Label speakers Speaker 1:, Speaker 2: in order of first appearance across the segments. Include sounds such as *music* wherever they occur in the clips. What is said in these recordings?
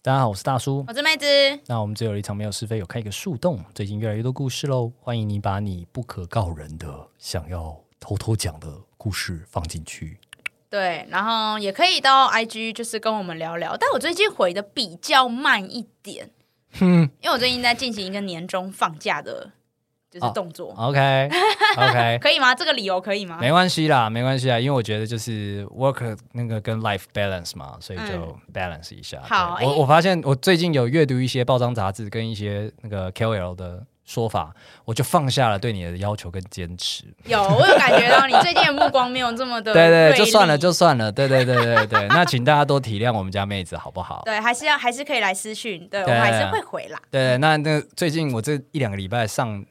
Speaker 1: 大家好，我是大叔。
Speaker 2: 我是妹子，
Speaker 1: 那我们只有一场没有是非，有开一个树洞。最近越来越多故事喽，欢迎你把你不可告人的、想要偷偷讲的故事放进去。
Speaker 2: 对，然后也可以到 IG 就是跟我们聊聊，但我最近回的比较慢一点，
Speaker 1: 哼
Speaker 2: 因为我最近在进行一个年终放假的，
Speaker 1: 哦
Speaker 2: 就是动作，
Speaker 1: ，OK OK，
Speaker 2: 可以吗？这个理由可以吗？
Speaker 1: *laughs* 没关系啦，没关系啦，因为我觉得就是 work 那个跟 life balance 嘛，所以就 balance 一下。
Speaker 2: 嗯好
Speaker 1: 对
Speaker 2: 诶
Speaker 1: 我我发现我最近有阅读一些报章杂志跟一些那个 KOL 的说法，我就放下了对你的要求跟坚持。
Speaker 2: 有，我有感觉到你最近的目光没有这么的，
Speaker 1: *laughs* 对对，就算了，就算了，对对对对对。 *laughs* 那请大家多体谅我们家妹子好不好？
Speaker 2: 对，还是要还是可以来私讯，对我
Speaker 1: 对啊
Speaker 2: 们还是会回啦。
Speaker 1: 对，那那最近我这一两个礼拜上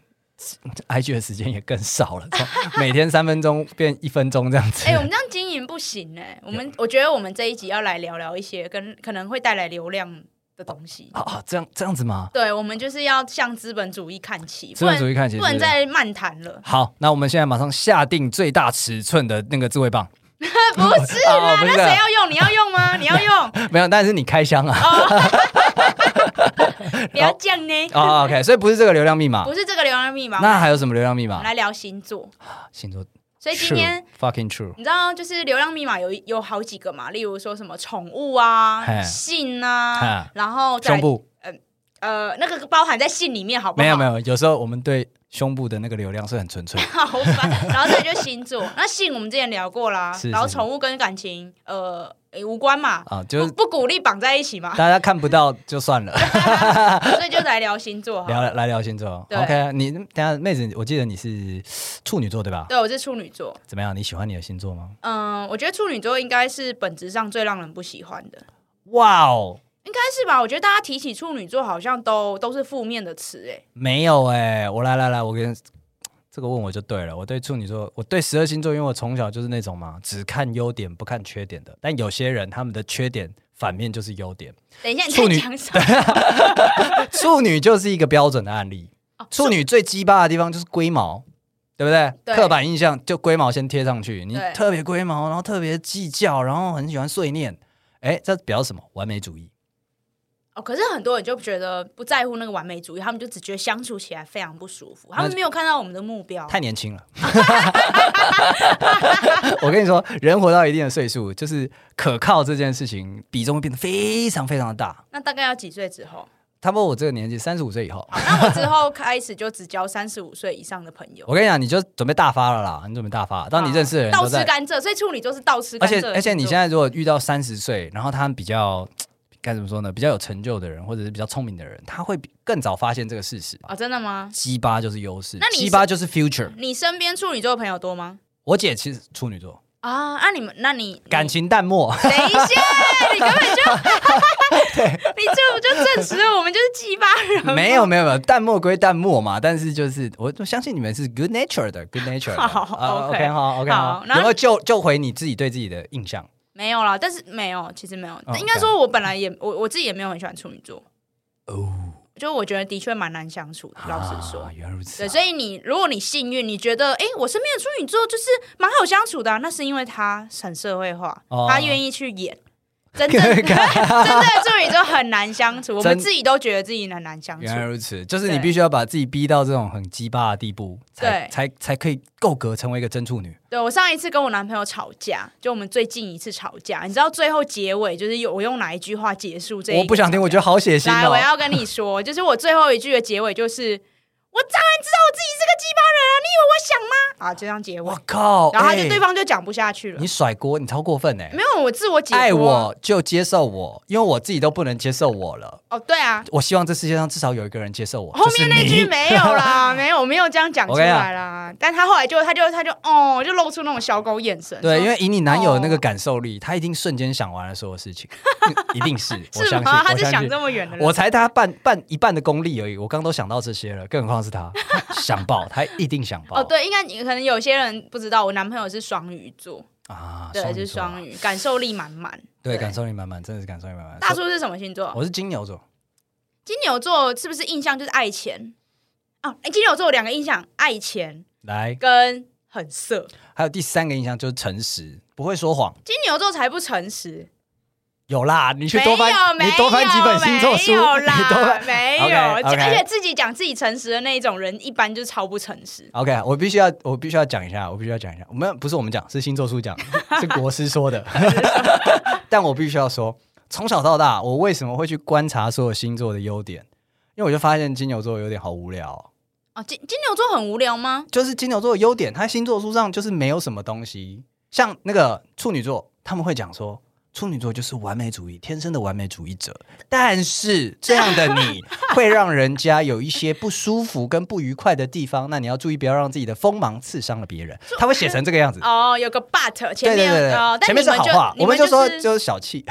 Speaker 1: IG 的时间也更少了， *laughs* 从每天三分钟变一分钟这样子。
Speaker 2: 哎、
Speaker 1: *laughs*
Speaker 2: 我们这样经营不行哎、我们我觉得我们这一集要来聊聊一些跟可能会带来流量的东西。
Speaker 1: 啊啊，这样这样子吗？
Speaker 2: 对，我们就是要向资本主义看齐，
Speaker 1: 资本主义看齐
Speaker 2: 不能
Speaker 1: 是
Speaker 2: 不
Speaker 1: 不
Speaker 2: 能
Speaker 1: 是
Speaker 2: 再漫谈了。
Speaker 1: 好，那我们现在马上下定最大尺寸的那个智慧棒，
Speaker 2: 不是
Speaker 1: *laughs*
Speaker 2: 啦，
Speaker 1: 哦不
Speaker 2: 那
Speaker 1: 是
Speaker 2: 谁要用？你要用吗？你
Speaker 1: *laughs*
Speaker 2: 要用？
Speaker 1: 没有，但是你开箱啊
Speaker 2: 不要这样呢，
Speaker 1: 啊、o k 所以不是这个流量密码
Speaker 2: 哦不。是这个流量密码。
Speaker 1: 那还有什么流量密
Speaker 2: 我们
Speaker 1: 码？
Speaker 2: 来聊星座。
Speaker 1: 星座。
Speaker 2: 所以今
Speaker 1: True,
Speaker 2: 天
Speaker 1: fucking true，
Speaker 2: 你知道，就是流量密码有有好几个嘛，例如说什么宠物啊、
Speaker 1: 嘿
Speaker 2: 性啊
Speaker 1: 嘿，
Speaker 2: 然后再
Speaker 1: 胸部
Speaker 2: 呃那个包含在性里面，好不好？
Speaker 1: 没有没有，有时候我们对胸部的那个流量是很纯粹的。
Speaker 2: *laughs* 好烦。然后再来就星座，那性我们之前聊过啦，
Speaker 1: 是是
Speaker 2: 然后宠物跟感情呃诶无关嘛，
Speaker 1: 啊，就是
Speaker 2: 不不鼓励绑在一
Speaker 1: *laughs*
Speaker 2: *laughs* 起嘛，
Speaker 1: 大家看不到就算了，
Speaker 2: *laughs* 所以就来聊星座哈。
Speaker 1: 聊来聊星座。
Speaker 2: 对
Speaker 1: OK，你等一下妹子，我记得你是处女座对吧？
Speaker 2: 对，我是处女座，
Speaker 1: 怎么样？你喜欢你的星座吗？
Speaker 2: 嗯，我觉得处女座应该是本质上最让人不喜欢的，
Speaker 1: 哇哦，
Speaker 2: 应该是吧？我觉得大家提起处女座，好像都都是负面的词，哎，
Speaker 1: 没有哎、我来来来，我跟这个问我就对了。我对处女座，我对十二星座，因为我从小就是那种嘛，只看优点不看缺点的。但有些人他们的缺点反面就是优点，
Speaker 2: 等一下你
Speaker 1: 处女
Speaker 2: 在讲什么？ *laughs*
Speaker 1: *laughs* 处女就是一个标准的案例。哦处女最鸡巴的地方就是龟毛，对不对？
Speaker 2: 对
Speaker 1: 刻板印象就龟毛先贴上去，你
Speaker 2: 对
Speaker 1: 特别龟毛，然后特别计较，然后很喜欢碎念。哎，这表示什么？完美主义。
Speaker 2: 哦，可是很多人就觉得不在乎那个完美主义，他们就只觉得相处起来非常不舒服，他们没有看到我们的目标。
Speaker 1: 太年轻了。 *laughs* 我跟你说，人活到一定的岁数，就是可靠这件事情比重会变得非常非常的大。
Speaker 2: 那大概要几岁之后？
Speaker 1: 差不多我这个年纪，三十五岁以后，
Speaker 2: 那我之后开始就只交三十五岁以上的朋友。
Speaker 1: 我跟你讲，你就准备大发了啦，你准备大发。当你认识的人
Speaker 2: 倒
Speaker 1: 都
Speaker 2: 吃
Speaker 1: 在，
Speaker 2: 甘蔗，所以处女座是倒吃
Speaker 1: 而
Speaker 2: 甘蔗
Speaker 1: 且
Speaker 2: 的星座。
Speaker 1: 而且你现在如果遇到三十岁，然后他们比较该怎么说呢？比较有成就的人，或者是比较聪明的人，他会比更早发现这个事实。
Speaker 2: 哦，真的吗？
Speaker 1: 鸡巴就是优势
Speaker 2: 那，你是
Speaker 1: 鸡巴就是 future。
Speaker 2: 你身边处女座的朋友多吗？
Speaker 1: 我姐其实处女座，
Speaker 2: 啊，那、你们，那你
Speaker 1: 感
Speaker 2: 你
Speaker 1: 情淡
Speaker 2: *laughs*
Speaker 1: 漠。
Speaker 2: 等一
Speaker 1: *laughs*
Speaker 2: 下，你根本就， *laughs* 你这不就证实了我们就是鸡巴人吗？
Speaker 1: 没有没有没有，淡漠归淡漠嘛，但是就是我我相信你们是 good nature 的，good nature 的。
Speaker 2: 好
Speaker 1: 啊
Speaker 2: OK
Speaker 1: OK 好 OK 好
Speaker 2: 好，然后
Speaker 1: 然后救救回你自己对自己的印象。
Speaker 2: 没有啦，但是没有，其实没有。
Speaker 1: 哦
Speaker 2: 应该说，我本来也我我自己也没有很喜欢处女座，
Speaker 1: 哦，
Speaker 2: 就我觉得的确蛮难相处的。老实说，
Speaker 1: 啊原来如此
Speaker 2: 对，
Speaker 1: 啊。
Speaker 2: 所以你如果你幸运，你觉得诶，我身边的处女座就是蛮好相处的啊、那是因为他很社会化，
Speaker 1: 哦
Speaker 2: 他愿意去演。真正 *laughs* 真正的处女座很难相处，我们
Speaker 1: 真
Speaker 2: 自己都觉得自己很难相处
Speaker 1: 原。来如此，就是你
Speaker 2: 对
Speaker 1: 必须要把自己逼到这种很鸡巴的地步，才
Speaker 2: 对
Speaker 1: 才才可以够格成为一个真处女。
Speaker 2: 对我上一次跟我男朋友吵架，就我们最近一次吵架，你知道最后结尾就是有我用哪一句话结束这一个
Speaker 1: 我不想听，我觉得好血腥
Speaker 2: 来，
Speaker 1: 哦
Speaker 2: 我。要跟你说，就是我最后一句的结尾就是，我当然知道我自己是个鸡巴人啊，你以为我想吗？啊，就这样结尾
Speaker 1: 我，靠！
Speaker 2: 然后他就
Speaker 1: 哎
Speaker 2: 对方就讲不下去了
Speaker 1: 你。甩锅，你超过分哎！
Speaker 2: 没有，我自我解脱啊
Speaker 1: 爱我就接受我，因为我自己都不能接受我了。
Speaker 2: 哦，对啊，
Speaker 1: 我希望这世界上至少有一个人接受我。
Speaker 2: 后
Speaker 1: 就是
Speaker 2: 面那
Speaker 1: 你
Speaker 2: 句没有
Speaker 1: *laughs*
Speaker 2: 啦，没有，我没有这样讲出来啦。但他后来就，他就，他就，哦，就露出那种小狗眼神。
Speaker 1: 对，
Speaker 2: 说
Speaker 1: 因为以你男友的那个感受力，他一定瞬间想完了所有事
Speaker 2: *laughs*
Speaker 1: 情，一定是，我
Speaker 2: 是
Speaker 1: 相信，
Speaker 2: 吗？他
Speaker 1: 我
Speaker 2: 是
Speaker 1: 相
Speaker 2: 想
Speaker 1: 信。
Speaker 2: 这么远的人。
Speaker 1: 我才他半半一半的功力而已，我刚都想到这些了，更何况是
Speaker 2: *laughs*
Speaker 1: 他想爆，他一定想爆。
Speaker 2: 哦，对，应该你可能有些人不知道，我男朋友是双鱼座，
Speaker 1: 啊，
Speaker 2: 对，
Speaker 1: 双鱼
Speaker 2: 就是
Speaker 1: 座啊
Speaker 2: 双鱼，感受力满满。
Speaker 1: 对，感受力满满，真的是感受力满满。
Speaker 2: 大
Speaker 1: 所
Speaker 2: 叔是什么星座
Speaker 1: 以？我是金牛座，
Speaker 2: 金牛座是不是印象就是爱钱？哦，哎，金牛座有两个印象，爱钱
Speaker 1: 来，
Speaker 2: 跟很色。
Speaker 1: 还有第三个印象就是诚实，不会说谎。
Speaker 2: 金牛座才不诚实，
Speaker 1: 有啦，你去
Speaker 2: 没
Speaker 1: 多翻
Speaker 2: 有，没
Speaker 1: 你
Speaker 2: 有，
Speaker 1: 多翻几本星座书，
Speaker 2: 没有
Speaker 1: *laughs* 你多
Speaker 2: 啦
Speaker 1: 翻，
Speaker 2: 没有，
Speaker 1: OK，OK
Speaker 2: 而且自己讲自己诚实的那一种人，一般就是超不诚实。
Speaker 1: OK，我必须要，我必须要讲一下，我必须要讲一下，我们不是我们讲，是星座书
Speaker 2: *laughs*
Speaker 1: 讲，是国师说的。但我必须要说，从小到大，我为什么会去观察所有星座的优点？因为我就发现金牛座有点好无聊哦、
Speaker 2: 哦，金金牛座很无聊吗？
Speaker 1: 就是金牛座的优点，它星座书上就是没有什么东西。像那个处女座，他们会讲说，处女座就是完美主义，天生的完美主义者。但是这样的
Speaker 2: *laughs*
Speaker 1: 你会让人家有一些不舒服跟不愉快的地方，那你要注意，不要让自己的锋芒刺伤了别人。他会写成这个样子。
Speaker 2: 哦，有个 but 前
Speaker 1: 对对
Speaker 2: 面
Speaker 1: 对
Speaker 2: 哦
Speaker 1: 对，，
Speaker 2: 但
Speaker 1: 前
Speaker 2: 你
Speaker 1: 面是
Speaker 2: 们
Speaker 1: 好
Speaker 2: 就
Speaker 1: 话，
Speaker 2: 你
Speaker 1: 我们
Speaker 2: 们
Speaker 1: 就说
Speaker 2: 是
Speaker 1: 就是小气。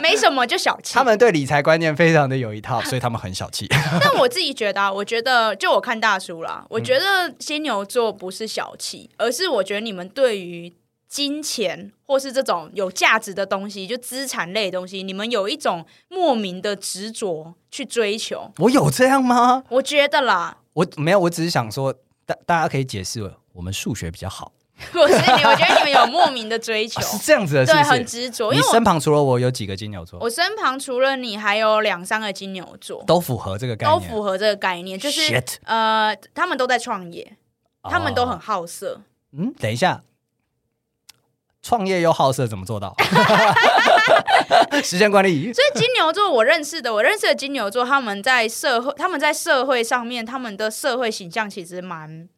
Speaker 2: 没什么就小气
Speaker 1: 他。们对理财观念非常的有一套，所以他们很小气。 *laughs*
Speaker 2: *laughs* 但我自己觉得、啊，我觉得就我看大叔
Speaker 1: 嗯
Speaker 2: 啦，我觉得金牛座不是小气，而是我觉得你们对于金钱或是这种有价值的东西，就资产类的东西，你们有一种莫名的执着去追求。
Speaker 1: 我有这样吗？
Speaker 2: 我觉得啦， *laughs*
Speaker 1: 我没有，我只是想说，大大家可以解释，我们数学比较好。
Speaker 2: 我是你，我觉得你们有莫名的追求
Speaker 1: 啊、， *laughs* 是这样子的，是
Speaker 2: 对，
Speaker 1: 不
Speaker 2: 很
Speaker 1: 是？
Speaker 2: 执着。因
Speaker 1: 你
Speaker 2: 为
Speaker 1: 身
Speaker 2: 我
Speaker 1: 旁除了我有几个金牛座，
Speaker 2: 我身旁除了你，还有两三个金牛座，
Speaker 1: 都符合这个概
Speaker 2: 都
Speaker 1: 念，
Speaker 2: 符合这个概念，就是
Speaker 1: Shit
Speaker 2: 呃，他们都在创业，
Speaker 1: 哦
Speaker 2: 他们都很好色。
Speaker 1: 嗯。等一下，创业又好色怎么做
Speaker 2: *laughs*
Speaker 1: 到？ *laughs* 时间管理
Speaker 2: 所以金牛座，我认识的，我认识的金牛座，他们在社会，他们在社会上面，他们的社会形象其实蛮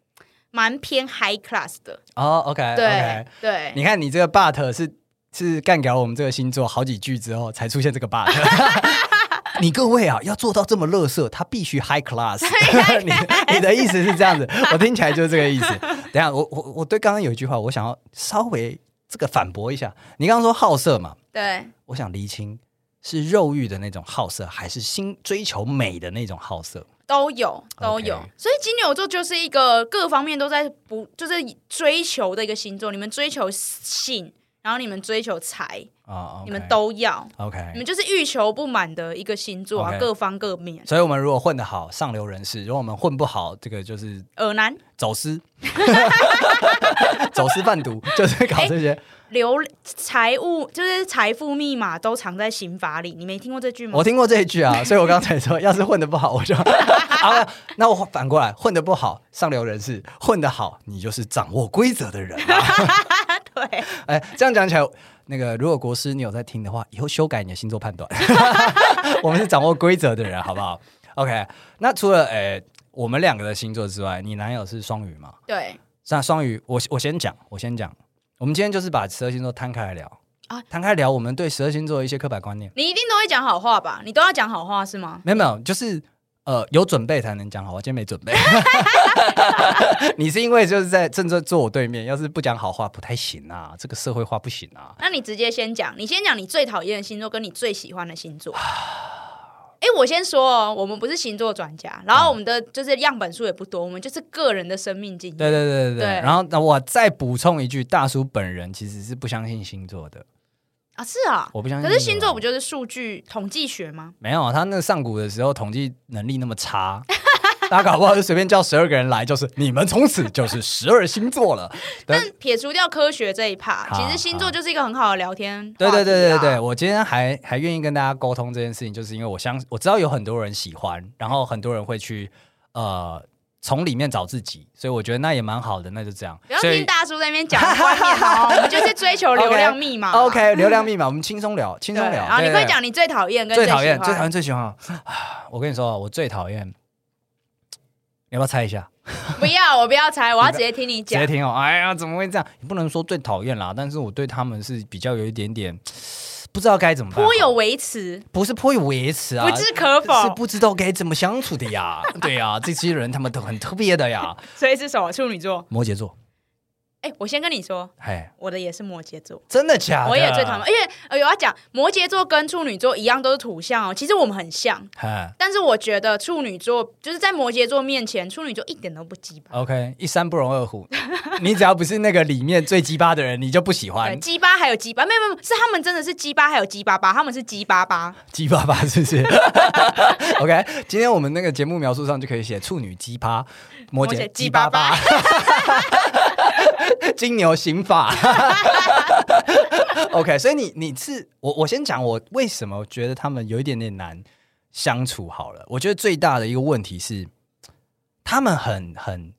Speaker 2: 蛮偏 high class 的，
Speaker 1: 哦，OK，
Speaker 2: 对
Speaker 1: OK
Speaker 2: 对。
Speaker 1: 你看你这个 but 是是干掉我们这个星座好几句之后才出现这个 but。你各位啊，要做到这么乐色，他必须 high
Speaker 2: *laughs*
Speaker 1: class。你你 *laughs* 的意思是这样子，我听起来就是这个意
Speaker 2: *laughs*
Speaker 1: 思。等一下，我我我对刚刚有一句话，我想要稍微这个反驳一下。你刚刚说好色嘛，
Speaker 2: 对，
Speaker 1: 我想厘清是肉欲的那种好色，还是心追求美的那种好色？
Speaker 2: 都有都有
Speaker 1: OK
Speaker 2: 所以金牛座就是一个各方面都在不就是追求的一个星座。你们追求性，然后你们追求财
Speaker 1: 啊、
Speaker 2: 你们都要，你
Speaker 1: OK。
Speaker 2: 们就是欲求不满的一个星座啊
Speaker 1: OK
Speaker 2: 各方各面。
Speaker 1: 所以，我们如果混得好，上流人士；如果我们混不好，这个就是
Speaker 2: 耳男
Speaker 1: 走私， *laughs* 走私贩毒， *laughs* 就是搞这些。
Speaker 2: 流财务就是财富密码都藏在刑法里，你没听过这句吗？
Speaker 1: 我听过这一句啊，所以我刚才说，要是混得不好，我就 *laughs* 啊，那我反过来，混得不好，上流人士；混得好，你就是掌握规则的人、啊。
Speaker 2: 对，
Speaker 1: 哎，这样讲起来，那个如果国师你有在听的话，以后修改你的星座判断。 *laughs* 我们是掌握规则的人，好不好？OK，那除了哎我们两个的星座之外，你男友是双鱼吗？
Speaker 2: 对
Speaker 1: 那双鱼，我我先讲，我先讲，我们今天就是把十二星座摊开来聊
Speaker 2: 啊
Speaker 1: 摊开来聊我们对十二星座的一些刻板观念。
Speaker 2: 你一定都会讲好话吧？你都要讲好话是吗？
Speaker 1: 没有没有，就是呃有准备才能讲好，我今天没准备。
Speaker 2: *laughs*
Speaker 1: *laughs* 你是因为就是在正在坐我对面，要是不讲好话不太行啊，这个社会化不行啊。
Speaker 2: 那你直接先讲，你先讲你最讨厌的星座跟你最喜欢的
Speaker 1: *sighs*
Speaker 2: 星座。哎、我先说哦，我们不是星座专家，然后我们的就是样本数也不多，我们就是个人的生命经验。
Speaker 1: 对对对对对。
Speaker 2: 对
Speaker 1: 然后那我再补充一句，大叔本人其实是不相信星座的，
Speaker 2: 啊，是啊，
Speaker 1: 我不相信。
Speaker 2: 可是星座不就是数据统计学吗？
Speaker 1: 没有啊，他那上古的时候统计能力那么差， *laughs* 大家搞不好就随便叫十二个人来，就是你们从此就是十二星座了。但
Speaker 2: 但撇除掉科学这一趴，
Speaker 1: 好
Speaker 2: 其实星座就是一个很好的聊天话题啊
Speaker 1: 对
Speaker 2: 啦。
Speaker 1: 对对对对，我今天还还愿意跟大家沟通这件事情，就是因为我相我知道有很多人喜欢，然后很多人会去呃从里面找自己，所以我觉得那也蛮好的，那就这样
Speaker 2: 不要。
Speaker 1: 所
Speaker 2: 听
Speaker 1: 以
Speaker 2: 大叔在那边讲观念哦，
Speaker 1: *laughs*
Speaker 2: 我们就是追求流量密码。
Speaker 1: OK 流量密码，我们轻松
Speaker 2: *laughs*
Speaker 1: 聊，轻
Speaker 2: 对
Speaker 1: 松聊。
Speaker 2: 然后你
Speaker 1: 对
Speaker 2: 快
Speaker 1: 对
Speaker 2: 讲你最讨厌跟
Speaker 1: 最
Speaker 2: 喜
Speaker 1: 讨厌最讨
Speaker 2: 欢，
Speaker 1: 厌最喜欢 *sighs* 啊！我跟你说啊，我最讨厌，你要不要猜一下？
Speaker 2: 不要我不要猜，我要直接听你
Speaker 1: 直
Speaker 2: 讲
Speaker 1: 接。听哦，哎呀，怎么会这样？你不能说最讨厌啦，但是我对他们是比较有一点点不知道该怎么办，啊
Speaker 2: 颇有维持，
Speaker 1: 不是颇有维持啊，
Speaker 2: 不置可
Speaker 1: 是
Speaker 2: 否。
Speaker 1: 不知道该怎么相处的
Speaker 2: *laughs*
Speaker 1: 呀。对呀，这些人他们都很特别的呀。
Speaker 2: 所以是什么？处女座。
Speaker 1: 摩羯座，
Speaker 2: 哎、我先跟你说，
Speaker 1: 哎，
Speaker 2: 我的也是摩羯座，
Speaker 1: 真的假的？
Speaker 2: 我也最
Speaker 1: 啊
Speaker 2: 讨厌，。因为呃，有要讲摩羯座跟处女座一样都是土象哦，其实我们很像，
Speaker 1: 哎
Speaker 2: 但是我觉得处女座就是在摩羯座面前，处女座一点都不鸡巴。
Speaker 1: ，OK，一山不容二虎，你只要不是那个里面最鸡巴的人，你就不喜
Speaker 2: 对，
Speaker 1: 欢
Speaker 2: 鸡巴还有鸡巴，没有没有，没有是他们真的是鸡巴还有鸡巴巴，他们是鸡巴巴。
Speaker 1: 鸡巴吧，是不是 *laughs* ？OK，今天我们那个节目描述上就可以写处女鸡巴，摩
Speaker 2: 摩
Speaker 1: 羯
Speaker 2: 羯
Speaker 1: 鸡 *laughs* 巴巴，金牛刑法。 *laughs* OK，所以你你是我我先讲我为什么觉得他们有一点点难相处好了。我觉得最大的一个问题是，他们很很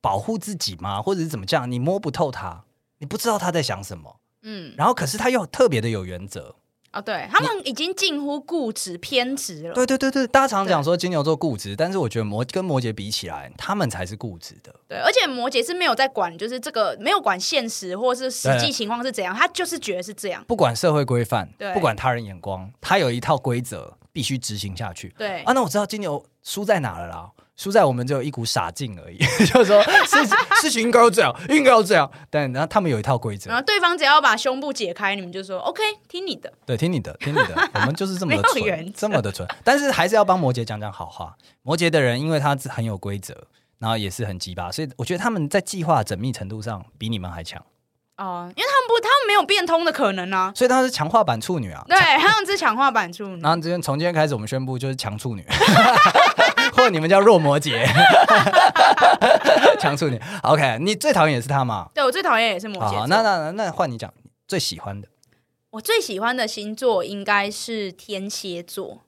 Speaker 1: 保护自己吗，或者是怎么讲？你摸不透他，你不知道他在想什么，
Speaker 2: 嗯，
Speaker 1: 然后可是他又特别的有原则。
Speaker 2: 哦，对他们已经近乎固执偏执了。
Speaker 1: 对对对对，大家常讲说金牛座固执，但是我觉得摩跟摩羯比起来，他们才是固执的。
Speaker 2: 对，而且摩羯是没有在管，就是这个没有管现实或是实际
Speaker 1: 对
Speaker 2: 情况是怎样，他就是觉得是这样。
Speaker 1: 不管社会规范
Speaker 2: 对，
Speaker 1: 不管他人眼光，他有一套规则必须执行下去。
Speaker 2: 对
Speaker 1: 啊，那我知道金牛输在哪了啦，输在我们只有一股傻劲而已， *laughs* 就是说事情事情应该要这样，应该要这样。但然后他们有一套规
Speaker 2: 然
Speaker 1: 则，
Speaker 2: 后对方只要把胸部解开，你们就说 OK，听你的。
Speaker 1: 对，听你的，听你的，
Speaker 2: *laughs*
Speaker 1: 我们就是这么的
Speaker 2: 没有原则
Speaker 1: 蠢，这么的蠢。但是还是要帮摩羯讲讲好话。摩羯的人，因为他自很有规则，然后也是很鸡巴，所以我觉得他们在计划缜密程度上比你们还强，
Speaker 2: 哦、因为他们不，他们没有变通的可能啊。
Speaker 1: 所以他是强化版处女啊。
Speaker 2: 对，他们是强化版处女
Speaker 1: 然。后今天从今天开始，我们宣布就是强处女， *laughs* 或者你们叫弱摩羯， *laughs* 强处女。OK，你最讨厌也是他嘛？
Speaker 2: 对我最讨厌也是摩羯
Speaker 1: 好，
Speaker 2: 座。
Speaker 1: 啊那那那那换你讲最喜欢的
Speaker 2: 我最喜欢的星座应该是天蝎座。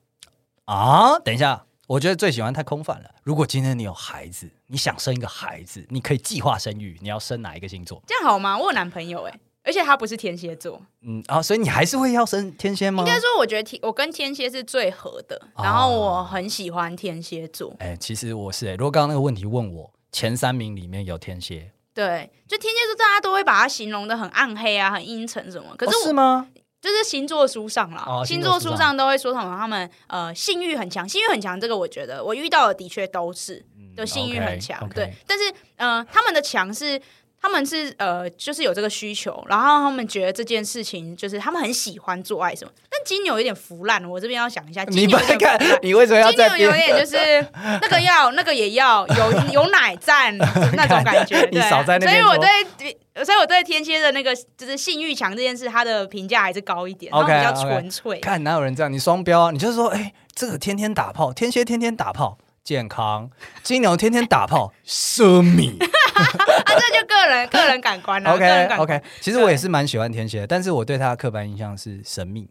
Speaker 1: 啊？等一下，我觉得最喜欢太空泛了。如果今天你有孩子，你想生一个孩子，你可以计划生育，你要生哪一个星座？
Speaker 2: 这样好吗？我有男朋友哎、而且他不是天蝎座。
Speaker 1: 嗯，啊，所以你还是会要生天蝎吗
Speaker 2: 应？该说，我觉得天我跟天蝎是最合的，
Speaker 1: 哦
Speaker 2: 然后我很喜欢天蝎座。
Speaker 1: 哎、其实我是哎、如果刚刚那个问题问我，前三名里面有天蝎，
Speaker 2: 对，就天蝎座大家都会把它形容的很暗黑啊，很阴沉什么。可是
Speaker 1: 哦
Speaker 2: 我、
Speaker 1: 是吗？
Speaker 2: 就是星座书上啦，
Speaker 1: 哦
Speaker 2: 星
Speaker 1: 星座
Speaker 2: 座书
Speaker 1: 书
Speaker 2: 上
Speaker 1: 上
Speaker 2: 都会说什么他们呃性欲很强，性欲很强这个我觉得我遇到的的确都是，就性欲很强，
Speaker 1: 嗯 OK，OK
Speaker 2: 对，但是呃他们的强是。他们是呃，就是有这个需求，然后他们觉得这件事情就是他们很喜欢做爱什么。但金牛有点腐烂，我这边要想一下，金
Speaker 1: 你
Speaker 2: 牛
Speaker 1: 不
Speaker 2: 有点
Speaker 1: 看
Speaker 2: 腐烂，
Speaker 1: 你为什么要
Speaker 2: 金
Speaker 1: 在
Speaker 2: 牛有点就是那个要那个也要，
Speaker 1: *laughs*
Speaker 2: 有有奶赞那种感觉。
Speaker 1: 你
Speaker 2: 对啊
Speaker 1: 少在那
Speaker 2: 所以
Speaker 1: 边
Speaker 2: 我
Speaker 1: 说
Speaker 2: 对，所以我对天蝎的那个就是性欲强这件事，他的评价还是高一点，然后
Speaker 1: OK，
Speaker 2: 比较
Speaker 1: OK
Speaker 2: 纯粹。
Speaker 1: 看哪有人这样？你双标啊！你就是说，哎、这个天天打炮，天蝎天天打炮，健康；金牛天天打炮，奢
Speaker 2: *laughs*
Speaker 1: 靡。
Speaker 2: 啊，这就个人个人感官啦，个人
Speaker 1: OK
Speaker 2: 啊感官。
Speaker 1: OK，其实我也是蛮喜欢天蝎的，但是我对他的刻板印象是神秘、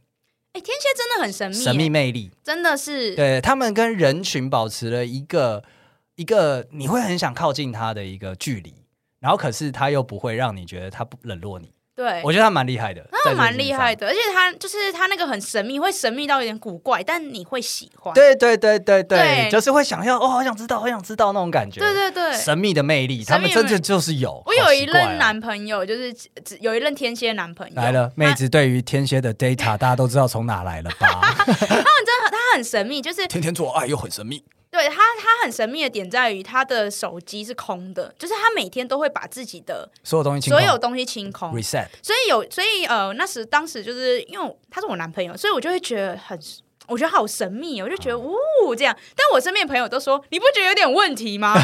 Speaker 2: 哎，天蝎真的很神秘啊耶，
Speaker 1: 神秘魅力。
Speaker 2: 真的是
Speaker 1: 对他们跟人群保持了一个一个你会很想靠近他的一个距离，然后可是他又不会让你觉得他不冷落你。
Speaker 2: 对。
Speaker 1: 我觉得他蛮厉害的，
Speaker 2: 他蛮厉害
Speaker 1: 的。
Speaker 2: 的，而且他就是他那个很神秘，会神秘到有点古怪，但你会喜欢。
Speaker 1: 对对对对对，
Speaker 2: 对
Speaker 1: 就是会想要哦，好想知道，好想知道那种感觉。
Speaker 2: 对对对，
Speaker 1: 神秘的魅力，
Speaker 2: 神
Speaker 1: 他们
Speaker 2: 秘的魅力
Speaker 1: 真的就是有。
Speaker 2: 我有一
Speaker 1: 好奇怪啊
Speaker 2: 任男朋友，就是只有一任天蝎男朋友
Speaker 1: 来了，
Speaker 2: 他
Speaker 1: 妹子对于天蝎的 data 大家都知道从哪来了
Speaker 2: *laughs*
Speaker 1: 吧？
Speaker 2: 他很神秘，就是
Speaker 1: 天天做爱又很神秘，
Speaker 2: 对他，他很神秘的点在于他的手机是空的，就是他每天都会把自己的
Speaker 1: 所有东西清
Speaker 2: 所
Speaker 1: 空
Speaker 2: 有东西清空，
Speaker 1: reset，
Speaker 2: 所以有，所以呃，那时当时就是因为我他是我男朋友，所以我就会觉得很。我觉得好神秘哦，我就觉得呜、这样，但我身边的朋友都说你不觉得有点问
Speaker 1: *laughs*
Speaker 2: 题吗？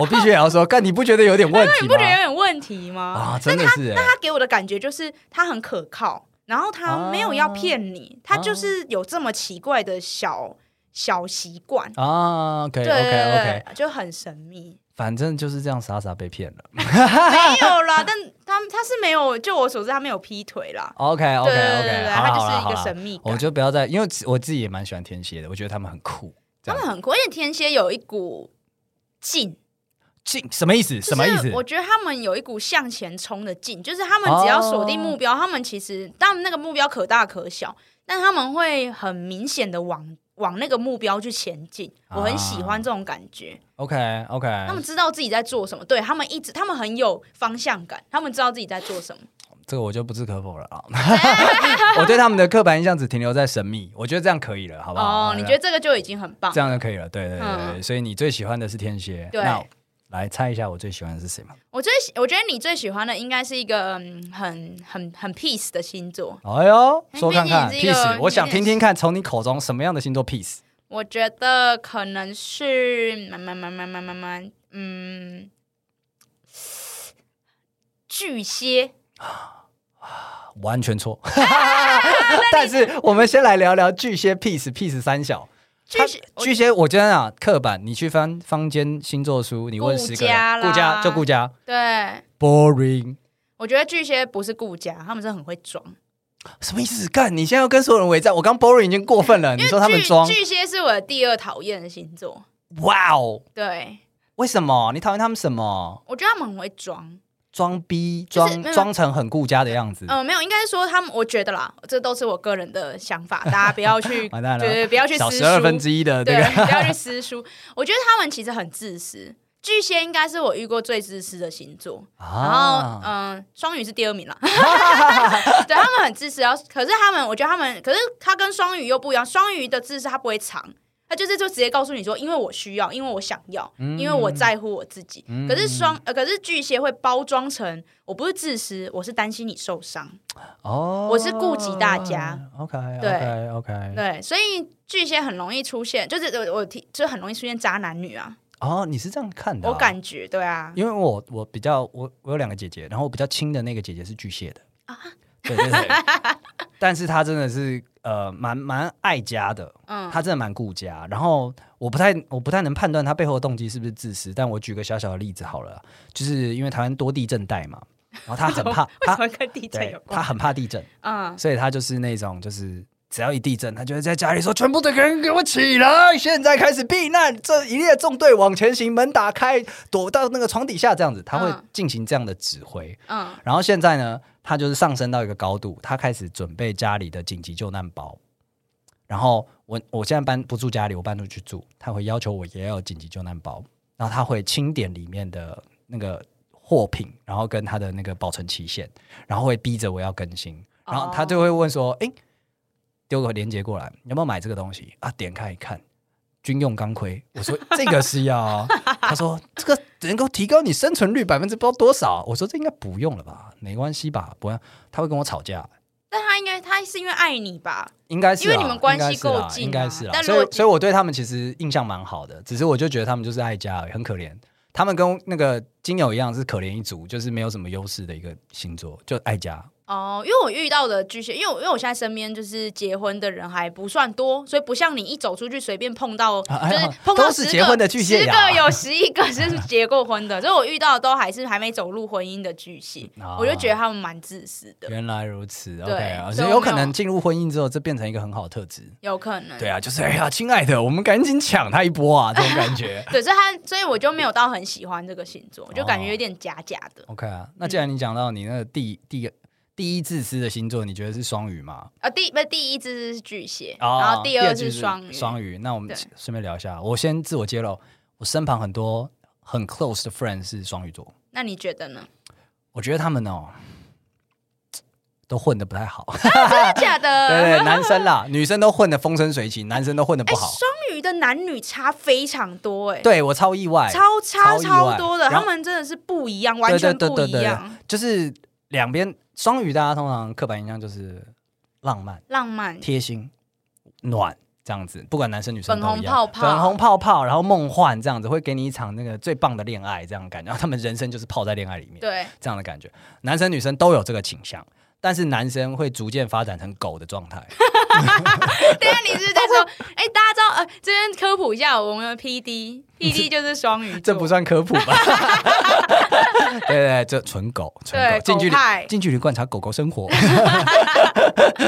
Speaker 1: 我必须也要说，干你不觉得有点问
Speaker 2: 你
Speaker 1: 题
Speaker 2: 不觉得
Speaker 1: 吗？
Speaker 2: 有点问题吗？
Speaker 1: 啊，真的是欸
Speaker 2: 他给我的感觉就是他很可靠，然后他没有
Speaker 1: 啊
Speaker 2: 要骗你，他
Speaker 1: 哦
Speaker 2: 就是有这么奇怪的小小习惯，
Speaker 1: 啊，OK
Speaker 2: 对
Speaker 1: OK
Speaker 2: 对
Speaker 1: OK，
Speaker 2: 对，就很神秘。
Speaker 1: 反正就是这样傻傻被骗了。
Speaker 2: *laughs* 没有
Speaker 1: *laughs*
Speaker 2: 啦，但他他是没有，就我所知，他没有劈腿啦。
Speaker 1: OK
Speaker 2: 对
Speaker 1: OK
Speaker 2: 对对
Speaker 1: OK，
Speaker 2: 对，
Speaker 1: 好
Speaker 2: 他
Speaker 1: 啦
Speaker 2: 就是一个，
Speaker 1: 好啦好
Speaker 2: 神
Speaker 1: 啦
Speaker 2: 秘
Speaker 1: 我
Speaker 2: 感。
Speaker 1: 就不要再，因为我自己也蛮喜欢天蝎的，我觉得他们很酷。这
Speaker 2: 他
Speaker 1: 样
Speaker 2: 们很酷，而且天蝎有一股劲，
Speaker 1: 进什么意思？
Speaker 2: 就是
Speaker 1: 什么意思？哦
Speaker 2: 我觉得他们有一股向前冲的劲，就是他们只要锁定目标，他们其实当然那个目标可大可小，但他们会很明显的往往那个目标去前进。我很喜欢这种感觉，
Speaker 1: OK OK，
Speaker 2: 他们知道自己在做什么，对他们一直，他们很有方向感，他们知道自己在做什么。
Speaker 1: 这个我就不置可否了啊！ *laughs* 我对他们的刻板印象只停留在神秘，我觉得这样可以了，好不好？
Speaker 2: 哦，你觉得这个就已经很棒
Speaker 1: 这。样就可以了？对对对对
Speaker 2: 嗯
Speaker 1: 所以你最喜欢的是天蝎，
Speaker 2: 对
Speaker 1: 那来猜一下我最喜欢的是谁嘛？
Speaker 2: 我最喜，我觉得你最喜欢的应该是一个、嗯、很很很 peace 的星座。
Speaker 1: 哎呦，
Speaker 2: 哎
Speaker 1: 说看看
Speaker 2: 毕竟你是一个
Speaker 1: ，peace，我想听听看从你口中什么样的星座 peace
Speaker 2: 我觉得可能是慢慢慢慢慢慢慢，嗯，巨蟹。
Speaker 1: 完全
Speaker 2: *laughs*
Speaker 1: 错，但是我们先来聊聊巨蟹 peace，peace 三小。
Speaker 2: 巨蟹
Speaker 1: 它巨蟹，我今天啊刻板，你去翻坊间星座书，你问十个
Speaker 2: 顾家
Speaker 1: 人，
Speaker 2: 啦
Speaker 1: 顾家就顾家
Speaker 2: 对，
Speaker 1: ，boring。
Speaker 2: 我觉得巨蟹不是顾家，他们是很会装。
Speaker 1: 什么意思？干，你现在要跟所有人围战？我刚 boring 已经过分了，你
Speaker 2: 因为
Speaker 1: 说他们
Speaker 2: 巨
Speaker 1: 装？
Speaker 2: 巨蟹是我的第二讨厌的星座，
Speaker 1: 哇哦，
Speaker 2: 对
Speaker 1: 为什么？你讨厌他们什么？
Speaker 2: 我觉得他们很会
Speaker 1: 嗯
Speaker 2: 装。
Speaker 1: 装逼，
Speaker 2: 就是
Speaker 1: 装
Speaker 2: 没有
Speaker 1: 装成很顾家的样子。
Speaker 2: 嗯、没有，应该说他们，我觉得啦，这都是我个人的想法，大家不要去，
Speaker 1: *laughs* 完蛋了
Speaker 2: 对，不要去
Speaker 1: 小
Speaker 2: 私
Speaker 1: 十二
Speaker 2: 书
Speaker 1: 分之一的这
Speaker 2: *laughs* 对
Speaker 1: 个，，
Speaker 2: 不要去私书。我觉得他们其实很自私。巨蟹应该是我遇过最自私的星座，然后
Speaker 1: 啊，
Speaker 2: 嗯，双、鱼是第二名啦。 *laughs* 对他们很自私，然后可是他们，我觉得他们，可是他跟双鱼又不一样。双鱼的自私他不会藏，他就是就直接告诉你说，因为我需要，因为我想要，
Speaker 1: 嗯
Speaker 2: 因为我在乎我自己。可是双呃，可是巨蟹会包装成我不是自私，我是担心你受伤。
Speaker 1: 哦，
Speaker 2: 我是顾及大家。
Speaker 1: OK，
Speaker 2: 对
Speaker 1: o k OK。
Speaker 2: 对，所以巨蟹很容易出现，就是我我提，就很容易出现渣男女啊。
Speaker 1: 哦，你是这样看的啊、
Speaker 2: 我感觉对啊，
Speaker 1: 因为我我比较我我有两个姐姐，然后我比较亲的那个姐姐是巨蟹的
Speaker 2: 啊
Speaker 1: 对对对，但是她真的是呃蛮蛮爱家的，
Speaker 2: 嗯
Speaker 1: 她真的蛮顾家。然后我不太我不太能判断她背后的动机是不是自私，但我举个小小的例子好了，就是因为台湾多地震带嘛，然后她很怕
Speaker 2: *laughs* 为什
Speaker 1: 她
Speaker 2: 么跟地震
Speaker 1: 对
Speaker 2: 有关？
Speaker 1: 她很怕地震，
Speaker 2: 嗯，
Speaker 1: 所以她就是那种就是。只要一地震，她就会在家里说：“全部的人给我起来！现在开始避难，这一列纵队往前行，门打开，躲到那个床底下。”这样子，她会
Speaker 2: 嗯
Speaker 1: 进行这样的指挥。
Speaker 2: 嗯，
Speaker 1: 然后现在呢，他就是上升到一个高度，他开始准备家里的紧急救难包。然后我我现在搬不住家里，我搬出去住，他会要求我也要有紧急救难包，然后他会清点里面的那个货品，然后跟他的那个保存期限，然后会逼着我要更新，然后他就会问说：“诶，丢个链接过来，你有没有买这个东西啊？”点开一看。军用钢盔，我说这个是要啊、他说这个能够提高你生存率百分之不知道多少，我说这应该不用了吧，没关系吧，不然他会跟我吵架，
Speaker 2: 但他应该他是因为爱你吧？
Speaker 1: 应该是啦
Speaker 2: 因为你们关系够近啊
Speaker 1: 应该是啦，应该
Speaker 2: 但
Speaker 1: 是
Speaker 2: 如
Speaker 1: 啦所以
Speaker 2: 果
Speaker 1: 所以我对他们其实印象蛮好的，只是我就觉得他们就是爱家而已，很可怜。他们跟那个金牛一样是可怜一族，就是没有什么优势的一个星座，就爱家。
Speaker 2: 哦，因为我遇到的巨蟹，因为我因为我现在身边就是结婚的人还不算多，所以不像你一走出去随便碰到，
Speaker 1: 啊哎
Speaker 2: 就
Speaker 1: 呀
Speaker 2: 是碰到
Speaker 1: 都
Speaker 2: 十
Speaker 1: 是
Speaker 2: 个
Speaker 1: 结婚的巨蟹
Speaker 2: 十
Speaker 1: 呀
Speaker 2: 个有十一个是结过婚的，所以 *laughs* 我遇到的都还是还没走入婚姻的巨蟹，
Speaker 1: 啊
Speaker 2: 我就觉得他们蛮自私的，
Speaker 1: 原来如此
Speaker 2: 对
Speaker 1: ，OK，啊
Speaker 2: 所
Speaker 1: 所
Speaker 2: 以
Speaker 1: 以
Speaker 2: 我
Speaker 1: 有
Speaker 2: 没
Speaker 1: 可
Speaker 2: 有
Speaker 1: 能进入婚姻之后，这变成一个很好的特质。
Speaker 2: 有可能
Speaker 1: 对啊，就是哎呀，亲爱的，我们赶紧抢他一波啊，这种感
Speaker 2: *laughs*。
Speaker 1: 觉
Speaker 2: 对，所以他所以我就没有到很喜欢这个星座，
Speaker 1: 哦
Speaker 2: 我就感觉有点假假的。
Speaker 1: OK 啊，那既然你讲到你那个第第第一自私的星座，你觉得是双鱼吗？
Speaker 2: 啊，第不是第一只是巨蟹，
Speaker 1: 哦
Speaker 2: 然后第二
Speaker 1: 句
Speaker 2: 是双鱼，
Speaker 1: 双鱼，那我们
Speaker 2: 对
Speaker 1: 顺便聊一下。我先自我揭露，我身旁很多很 close 的 friend 是双鱼座，
Speaker 2: 那你觉得呢？我
Speaker 1: 我觉得他们哦都混的不太
Speaker 2: *laughs*
Speaker 1: 好。
Speaker 2: 真的假的？
Speaker 1: 对对，男生啦，女生都混的风生水起，男生都混的
Speaker 2: 哎，
Speaker 1: 不好。
Speaker 2: 双鱼的男女差非常多，哎，
Speaker 1: 对我超意外，
Speaker 2: 超
Speaker 1: 超
Speaker 2: 差
Speaker 1: 意外
Speaker 2: 超多的，
Speaker 1: 然后
Speaker 2: 他们真的是不一样，完全
Speaker 1: 对
Speaker 2: 不
Speaker 1: 对对
Speaker 2: 一
Speaker 1: 对对
Speaker 2: 样，
Speaker 1: 就是两边双鱼，大家通常刻板印象就是浪漫、
Speaker 2: 浪漫。
Speaker 1: 贴心、暖这样子，不管男生女生
Speaker 2: 粉
Speaker 1: 都
Speaker 2: 红
Speaker 1: 一样。
Speaker 2: 泡泡
Speaker 1: 粉红泡泡，然后梦幻这样子，会给你一场那个最棒的恋爱这样的感
Speaker 2: *laughs*
Speaker 1: 觉。然后他们人生就是泡在恋爱里面，
Speaker 2: 对，
Speaker 1: 这样的感觉。男生女生都有这个倾向，但是男生会逐渐发展成狗的状
Speaker 2: *laughs*
Speaker 1: 态。
Speaker 2: 等一下你是在 *laughs* 说，哎、大家知道，呃，这边科普一下，我们的 P D
Speaker 1: *laughs*
Speaker 2: P D 就是双鱼座，
Speaker 1: 这不算科普
Speaker 2: *laughs*
Speaker 1: 吧？对对，这纯狗，纯
Speaker 2: 对
Speaker 1: 狗，近距离
Speaker 2: 狗派
Speaker 1: 近距离观察狗狗生
Speaker 2: *laughs*
Speaker 1: 活。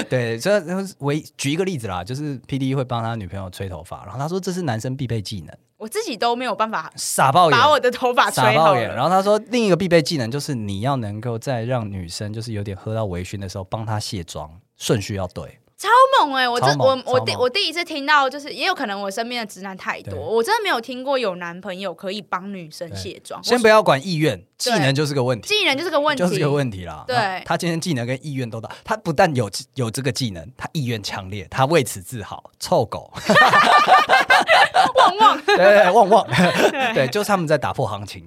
Speaker 1: 对，这为举一个例子啦，就是 P D 会帮他女朋友吹头发，然后他说这是男生必备技能，
Speaker 2: 我自己都没有办法
Speaker 1: 傻爆眼，
Speaker 2: 把我的头发
Speaker 1: 傻
Speaker 2: 吹好
Speaker 1: 爆眼。然
Speaker 2: 了。
Speaker 1: 后他说另一个必备技能就是你要能够在让女生就是有点喝到微醺的时候帮她卸妆，顺序要
Speaker 2: 哦
Speaker 1: 对。
Speaker 2: 超猛哎、我这
Speaker 1: 超猛
Speaker 2: 我我
Speaker 1: 超
Speaker 2: 第
Speaker 1: 猛
Speaker 2: 我第一次听到，就是也有可能我身边的直男太多，
Speaker 1: 对
Speaker 2: 我真的没有听过有男朋友可以帮女生卸妆。
Speaker 1: 先
Speaker 2: 我
Speaker 1: 不要管意愿，技
Speaker 2: 对
Speaker 1: 能就是个问题。
Speaker 2: 技能就是个问题，
Speaker 1: 就是个问题啦。
Speaker 2: 对
Speaker 1: 那他今天技能跟意愿都到，他不但有有这个技能，他意愿强烈，他为此自豪。臭狗，
Speaker 2: *laughs* 旺旺
Speaker 1: 对 *laughs* 对对，旺旺，对，就是他们在打破行
Speaker 2: *laughs*
Speaker 1: 情。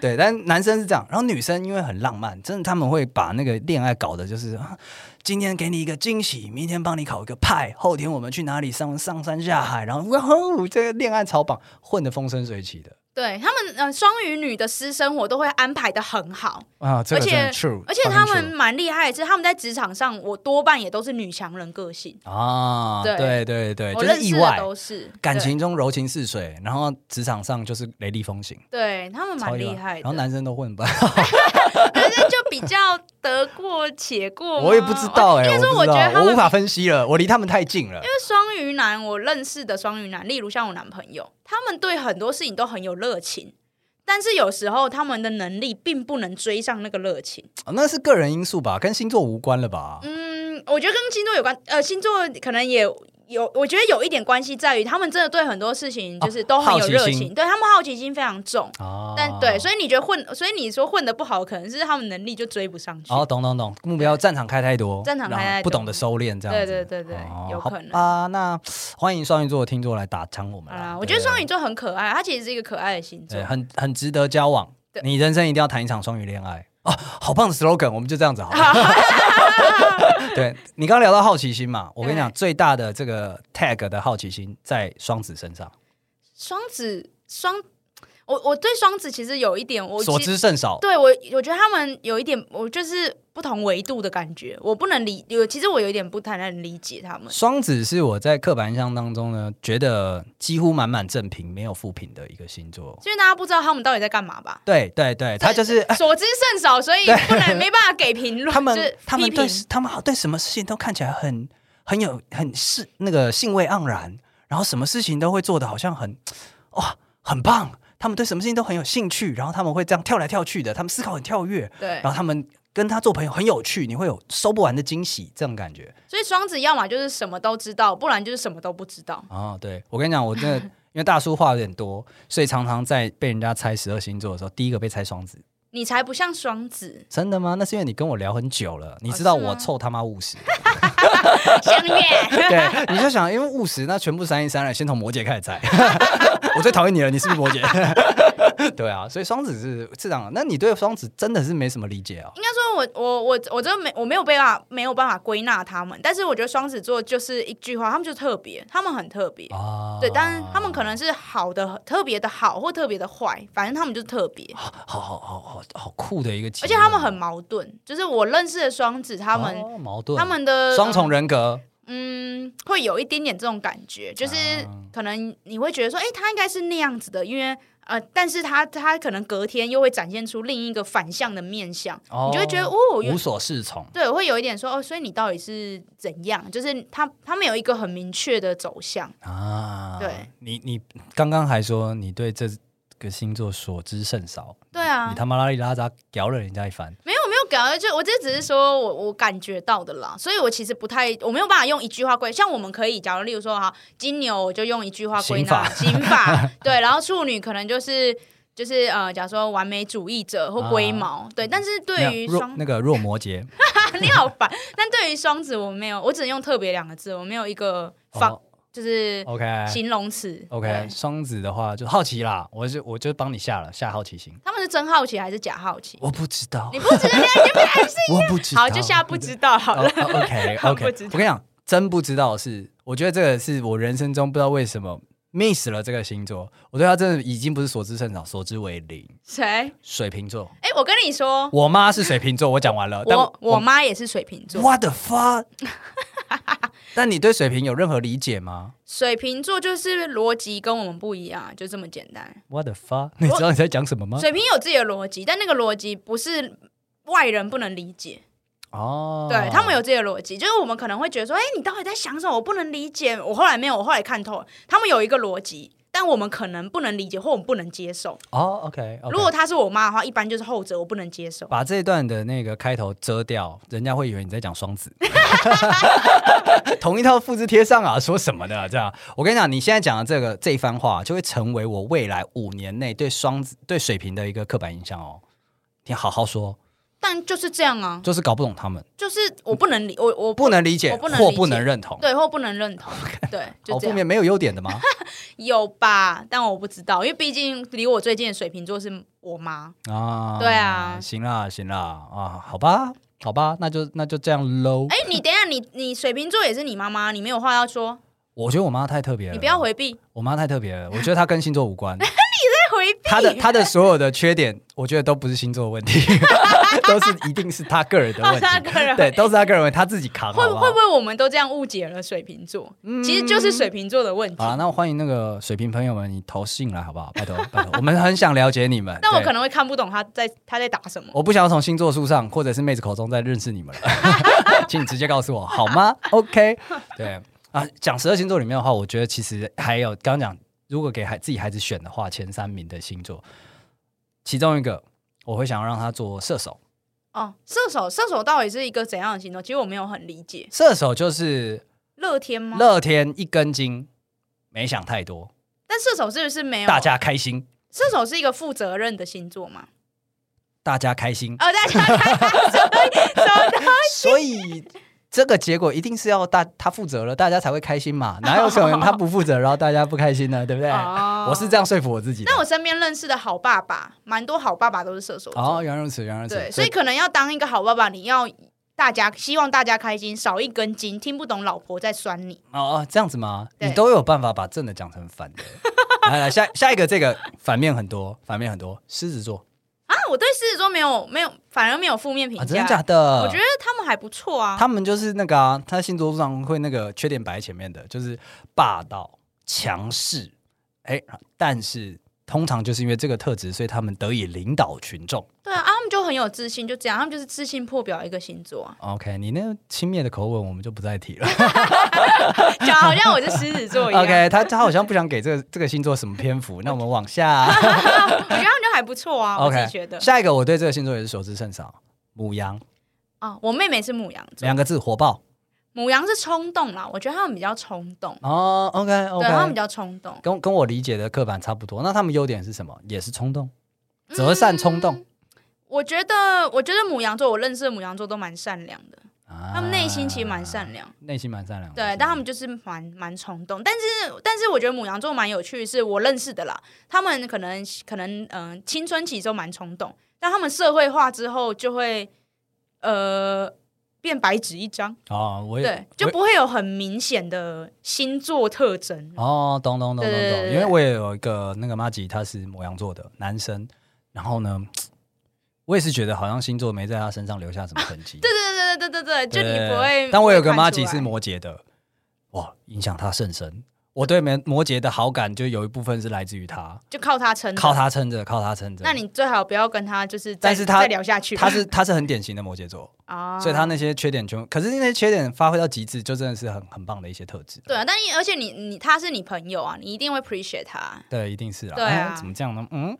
Speaker 1: 对，但男生是这样，然后女生因为很浪漫，真的他们会把那个恋爱搞的就是。啊今天给你一个惊喜，明天帮你烤一个派，后哦天我们去哪里上上山下海，然后哇吼，这个恋爱超棒，混得风生水起的。
Speaker 2: 对他们，呃，双鱼女的私生活都会安排的很好，
Speaker 1: 啊，这个
Speaker 2: 而且
Speaker 1: 真的 true，
Speaker 2: 而且
Speaker 1: fucking
Speaker 2: 他们
Speaker 1: true
Speaker 2: 蛮厉害的是，他们在职场上，我多半也都是女强人个性，
Speaker 1: 啊，对
Speaker 2: 对
Speaker 1: 对对，
Speaker 2: 我
Speaker 1: 就
Speaker 2: 认
Speaker 1: 是
Speaker 2: 识
Speaker 1: 意
Speaker 2: 的
Speaker 1: 外，
Speaker 2: 都是
Speaker 1: 感情中柔情似水，然后职场上就是雷厉风行，
Speaker 2: 对，对他们
Speaker 1: 超
Speaker 2: 蛮
Speaker 1: 意外
Speaker 2: 厉害的。
Speaker 1: 然后男生都混吧，
Speaker 2: *laughs* 可是就比较得过且过哦
Speaker 1: *laughs*
Speaker 2: 吗，
Speaker 1: 我也不知道哎，
Speaker 2: 应该说，
Speaker 1: 我
Speaker 2: 我
Speaker 1: 不知
Speaker 2: 觉得
Speaker 1: 道
Speaker 2: 他
Speaker 1: 我
Speaker 2: 们
Speaker 1: 无法分析了，我离他们太近了
Speaker 2: 因。为双鱼男，我认识的双鱼男，例如像我男朋友，他们对很多事情都很有热情，但是有时候他们的能力并不能追上那个热情。
Speaker 1: 哦那是个人因素吧，跟星座无关了吧？
Speaker 2: 嗯，我觉得跟星座有关，呃，星座可能也有，我觉得有一点关系在于他们真的对很多事情就是都很有热
Speaker 1: 哦好奇
Speaker 2: 情，
Speaker 1: 心
Speaker 2: 对他们好奇心非常重。
Speaker 1: 啊，
Speaker 2: 但对，所以你觉得混，所以你说混的不好，可能是他们能力就追不上去。
Speaker 1: 哦，懂懂懂，目标战场开太多，
Speaker 2: 战场开
Speaker 1: 然后
Speaker 2: 太多
Speaker 1: 不懂得收敛，这样
Speaker 2: 对
Speaker 1: 子。
Speaker 2: 对对对，
Speaker 1: 哦
Speaker 2: 有
Speaker 1: 好
Speaker 2: 可能。
Speaker 1: 啊。那欢迎双鱼座的听众来打枪我们
Speaker 2: 啊，
Speaker 1: 啦。
Speaker 2: 我觉得
Speaker 1: 对
Speaker 2: 双鱼座很可爱，它其实是一个可爱的星座
Speaker 1: 对，很很值得交往
Speaker 2: 对。
Speaker 1: 你人生一定要谈一场双鱼恋爱哦，好棒的 slogan，我们就这样子好了。
Speaker 2: *laughs*
Speaker 1: 对你刚刚聊到好奇心嘛，我跟你讲，最大的这个 tag 的好奇心在双子身上，
Speaker 2: 双子双，我我对双子其实有一点，我
Speaker 1: 所
Speaker 2: 其实
Speaker 1: 知甚少。
Speaker 2: 对我我觉得他们有一点，我就是不同维度的感觉，我不能理，有其实我有一点不太能理解他们。
Speaker 1: 双子是我在刻板印象当中呢，觉得几乎满满正评，没有负评的一个星座。
Speaker 2: 因为大家不知道他们到底在干嘛吧？
Speaker 1: 对对对，他就是哎
Speaker 2: 所知甚少，所以不能没办法给评论。
Speaker 1: 他们
Speaker 2: 就是
Speaker 1: 他们
Speaker 2: 批
Speaker 1: 对
Speaker 2: 评
Speaker 1: 他们好对什么事情都看起来很很有很是那个兴味盎然，然后什么事情都会做的好像很哇很棒，他们对什么事情都很有兴趣，然后他们会这样跳来跳去的，他们思考很跳跃，
Speaker 2: 对
Speaker 1: 然，后他们跟他做朋友很有趣，你会有收不完的惊喜这种感觉
Speaker 2: 所以双子要么就是什么都知道，不然就是什么都不知道。
Speaker 1: 哦，对我跟你讲，我真
Speaker 2: *laughs*
Speaker 1: 的因为大叔话有点多，所以常常在被人家猜十二星座的时候，第一个被猜双子。
Speaker 2: 你才不像双子，
Speaker 1: 真的吗？那是因为你跟我聊很久了，你知道
Speaker 2: 哦是吗
Speaker 1: 我凑他妈务实。
Speaker 2: 相恋
Speaker 1: 对，你就想，因为务实，那全部删一删了，先从摩羯开始猜。 *laughs* 我最讨厌你了，你是不是摩羯？ *laughs* 对啊，所以双子是是这样。那你对双子真的是没什么理解哦。
Speaker 2: *laughs* 应该说我，我我我真的没我没有办法没有办法归纳他们，但是我觉得双子座就是一句话，他们就特别，他们很特别。
Speaker 1: 啊，
Speaker 2: 对，但是他们可能是好的，特别的好或特别的坏，反正他们就是特别，
Speaker 1: 好好好好好酷的一个结论，
Speaker 2: 而且他们很矛盾。就是我认识的双子，他们、
Speaker 1: 哦矛盾，
Speaker 2: 他们的
Speaker 1: 双重人格，
Speaker 2: 嗯，会有一点点这种感觉，就是
Speaker 1: 啊
Speaker 2: 可能你会觉得说，哎、他应该是那样子的，因为呃，但是他他可能隔天又会展现出另一个反向的面相，
Speaker 1: 哦
Speaker 2: 你就会觉得哦，原
Speaker 1: 无所适从。
Speaker 2: 对，我会有一点说哦，所以你到底是怎样？就是他他们有一个很明确的走向，
Speaker 1: 啊，
Speaker 2: 对，
Speaker 1: 你你刚刚还说你对这个星座所知甚少，
Speaker 2: 对啊
Speaker 1: 你，他妈拉里拉扎屌了人家一番，
Speaker 2: 没有没有搞，就我这只是说我我感觉到的啦，所以我其实不太，我没有办法用一句话归，像我们可以，假如例如说哈，金牛我就用一句话归纳刑
Speaker 1: *laughs*
Speaker 2: 法，对，然后处女可能就是。就是呃，假如说完美主义者或龟毛，对，但是对于
Speaker 1: 啊那弱
Speaker 2: 双
Speaker 1: 那个弱摩
Speaker 2: *laughs*
Speaker 1: 羯
Speaker 2: 你好烦，但对于双子我没有，我只能用特别两个字，我没有一个方、
Speaker 1: 哦
Speaker 2: 就是
Speaker 1: ，OK，
Speaker 2: 形容词。
Speaker 1: OK，
Speaker 2: 对
Speaker 1: 双子的话就好奇啦，我就我就帮你下了下好奇心。
Speaker 2: 他们是真好奇还是假好奇？
Speaker 1: 我不知道
Speaker 2: 你，不知道，你就不
Speaker 1: 我不知道， *laughs* 哦
Speaker 2: 好就下不知道好了。 *laughs*
Speaker 1: OK
Speaker 2: 他
Speaker 1: OK，
Speaker 2: 不知道
Speaker 1: 我跟你讲，真不知道是，我觉得这个是我人生中不知道为什么 miss 了这个星座，我对他真的已经不是所知甚少，所知为零。
Speaker 2: 谁？
Speaker 1: 水瓶座，
Speaker 2: 哎、我跟你说，
Speaker 1: 我妈是水瓶座，我讲完了。但
Speaker 2: 我我妈也是水瓶座，
Speaker 1: ，What the fuck？但你对水瓶有任何理解吗
Speaker 2: 水瓶座就是逻辑跟我们不一样，啊就这么简单。
Speaker 1: ？What the fuck？你知道你在讲什么吗？
Speaker 2: 水瓶有自己的逻辑，但那个逻辑不是外人不能理解。
Speaker 1: 哦，
Speaker 2: 对他们有自己的逻辑，就是我们可能会觉得说，哎、你到底在想什么？我不能理解。我后来没有，我后来看透了，他们有一个逻辑。但我们可能不能理解，或我们不能接受。
Speaker 1: 哦，OK，
Speaker 2: 如果她是我妈的话，一般就是后者，我不能接受。
Speaker 1: 把这一段的那个开头遮掉，人家会以为你在讲双
Speaker 2: *laughs*
Speaker 1: 子，同一套复制贴上啊，说什么的啊、这样？我跟你讲，你现在讲的这个这一番话，就会成为我未来五年内对双子、对水瓶的一个刻板印象哦。你好好说，
Speaker 2: 但就是这样啊，
Speaker 1: 就是搞不懂他们，
Speaker 2: 就是我不能理，我我
Speaker 1: 不能理解
Speaker 2: 我不能理
Speaker 1: 或
Speaker 2: 解
Speaker 1: 不能认同，
Speaker 2: 对，或不能认同，对，就
Speaker 1: 好
Speaker 2: 这
Speaker 1: 负
Speaker 2: 样。
Speaker 1: 面没有优点的
Speaker 2: *laughs*
Speaker 1: 吗？
Speaker 2: 有吧？但我不知道，因为毕竟离我最近的水瓶座是我妈。
Speaker 1: 啊，
Speaker 2: 对啊
Speaker 1: 行啦，行啦，啊，好吧，好吧，那就那就这样喽。
Speaker 2: 哎、你等一下，你你水瓶座也是你妈妈，你没有话要说，
Speaker 1: 我觉得我妈太特别了，
Speaker 2: 你不要，回避。 *laughs* 哎
Speaker 1: 我妈太特别了，我觉得她跟星座无关。你在
Speaker 2: 回避。
Speaker 1: *laughs* 他的他的所有的缺点，我觉得都不是星座的问
Speaker 2: *laughs*
Speaker 1: 题， *laughs* 都是一定是他个人的问
Speaker 2: 他
Speaker 1: 题。
Speaker 2: 个人
Speaker 1: 对，都是他个人问题，他自己扛啊
Speaker 2: 会
Speaker 1: 好
Speaker 2: 不
Speaker 1: 不
Speaker 2: 会
Speaker 1: 好
Speaker 2: 不？会我们都这样误解了水瓶座？其实就是水瓶座的问题
Speaker 1: 好。了，啊那我欢迎那个水瓶朋友们，你投信来好不好？拜托 *laughs* 拜托，我们很想了解你们。
Speaker 2: 但我
Speaker 1: 对哦
Speaker 2: 可能会看不懂他在他在打什么。
Speaker 1: 我不想要从星座书上或者是妹子口中再认识你们
Speaker 2: *laughs*
Speaker 1: 了，请你直接告诉我好吗？OK，对啊，讲十二星座里面的话，我觉得其实还有刚刚讲，如果给孩自己孩子选的话，前三名的星座，其中一个我会想要让他做射手，
Speaker 2: 哦，射手，射手到底是一个怎样的星座？其实我没有很理解。
Speaker 1: 射手就是
Speaker 2: 乐天吗？
Speaker 1: 乐天一根筋，没想太多，
Speaker 2: 但射手是不是没有？
Speaker 1: 大家开心，
Speaker 2: 射手是一个负责任的星座吗？
Speaker 1: 大家开心，
Speaker 2: 哦，大家看
Speaker 1: 所以。这个结果一定是要大他负责了，大家才会开心
Speaker 2: *laughs*
Speaker 1: 嘛？哪有可能他不负责，然后大家不开心呢？ *laughs* 对不对？
Speaker 2: 哦
Speaker 1: 我是这样说服我自己的。
Speaker 2: 那我身边认识的好爸爸，蛮多好爸爸都是射手座。
Speaker 1: 哦，原来如此，原来如此。
Speaker 2: 对，所以可能要当一个好爸爸，你要大家希望大家开心，少一根筋，听不懂老婆在酸你。
Speaker 1: 哦哦，这样子吗？
Speaker 2: 对
Speaker 1: 你都有办法把正的讲成反的。 *laughs* 来来，下下一个这个反面很多，反面很多。狮子座
Speaker 2: 啊，我对狮子座没有没有，反而没有负面评
Speaker 1: 啊，真
Speaker 2: 价。
Speaker 1: 的假的？
Speaker 2: 我觉得他们还不错啊。
Speaker 1: 他们就是那个啊，他星座上会那个缺点摆在前面的，就是霸道、强势。哎，但是通常就是因为这个特质，所以他们得以领导群众。
Speaker 2: 对啊，啊他们就很有自信，就这样，他们就是自信破表一个星座啊，
Speaker 1: OK，你那轻蔑的口吻我们就不再
Speaker 2: *laughs*
Speaker 1: 提了。
Speaker 2: 讲好像我是狮子座一
Speaker 1: *laughs*
Speaker 2: 样。
Speaker 1: OK，他他好像不想给这个这个星座什么篇幅，那我们往
Speaker 2: *laughs*
Speaker 1: 下。
Speaker 2: 我觉得他们就还不错啊，我自己觉得。
Speaker 1: 下一个我对这个星座也是熟知甚少，母羊
Speaker 2: 啊，我妹妹是母羊座
Speaker 1: 两，个字火爆
Speaker 2: 母羊是冲动啦，我觉得他们比较冲动，
Speaker 1: 哦。OK
Speaker 2: 对他们比
Speaker 1: OK，
Speaker 2: 较冲动，
Speaker 1: 跟跟我理解的刻板差不多。那他们优点是什么？也是冲动，择善冲动
Speaker 2: 嗯。我觉得，我觉得母羊座，我认识的母羊座都蛮善良的，
Speaker 1: 啊
Speaker 2: 他们内心其实蛮，善良。
Speaker 1: 内心蛮善良的。
Speaker 2: 对，但他们就是蛮蛮冲动，但是但是我觉得母羊座蛮有趣，的是我认识的啦。他们可能可能嗯、呃青春期都蛮冲动，但他们社会化之后就会呃变白纸一张，
Speaker 1: 哦，我也
Speaker 2: 对，就不会有很明显的星座特征。
Speaker 1: 哦，懂懂懂懂
Speaker 2: 对对对
Speaker 1: 懂，
Speaker 2: 对
Speaker 1: 因为我也有一个那个妈吉，他是母羊座的男生，然后呢，我也是觉得好像星座没在他身上留下什么痕迹。
Speaker 2: *laughs* 对对对对对对对，就你不会
Speaker 1: 对。但我有个
Speaker 2: 不会
Speaker 1: 妈
Speaker 2: 看出
Speaker 1: 吉是
Speaker 2: 来
Speaker 1: 摩羯的，哇，影响他甚深。我对摩摩羯的好感就有一部分是来自于他，
Speaker 2: 就靠他撑，
Speaker 1: 靠。他撑着，靠他撑着。
Speaker 2: 那你最好不要跟他就是再，
Speaker 1: 但是他
Speaker 2: 再聊下去吧，
Speaker 1: 他是他是很典型的摩羯座，
Speaker 2: *laughs* 啊，
Speaker 1: 所以他那些缺点全，可是那些缺点发挥到极致，就真的是很很棒的一些特质。
Speaker 2: 对啊，但你而且你你他是你朋友啊，你一定会 appreciate 他。
Speaker 1: 对，一定是啦。
Speaker 2: 对啊
Speaker 1: 哎怎么这样呢？嗯，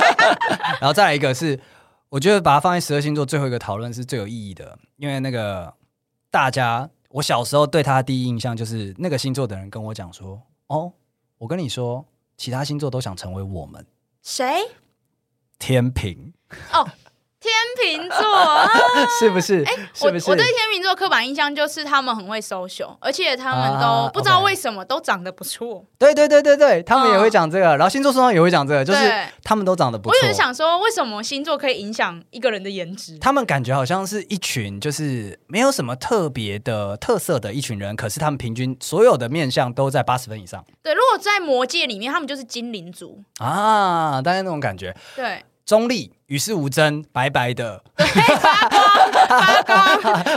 Speaker 1: *laughs* 然后再来一个是，我觉得把它放在十二星座最后一个讨论是最有意义的，因为那个大家，我小时候对他的第一印象就是那个星座的人跟我讲说，哦，我跟你说，其他星座都想成为我们
Speaker 2: 谁？
Speaker 1: 天平， *laughs*
Speaker 2: 天秤座啊，
Speaker 1: 是不是？ *laughs* 是不
Speaker 2: 我我对
Speaker 1: 是？
Speaker 2: 天秤座刻板印象就是他们很会 social，而且他们
Speaker 1: 啊
Speaker 2: 都不知道
Speaker 1: OK
Speaker 2: 为什么都长得不错。
Speaker 1: 对对对对对，他们也
Speaker 2: 嗯
Speaker 1: 会讲这个，然后星座书上也会讲这个，就是
Speaker 2: 对
Speaker 1: 他们都长得不
Speaker 2: 我
Speaker 1: 错。
Speaker 2: 有时想说，为什么星座可以影响一个人的颜值？
Speaker 1: 他们感觉好像是一群就是没有什么特别的特色的一群人，可是他们平均所有的面相都在八十分以上
Speaker 2: 对，如果在魔界里面，他们就是精灵族。
Speaker 1: 啊，大概那种感觉。
Speaker 2: 对，
Speaker 1: *laughs* 中立、与世无争、白白的。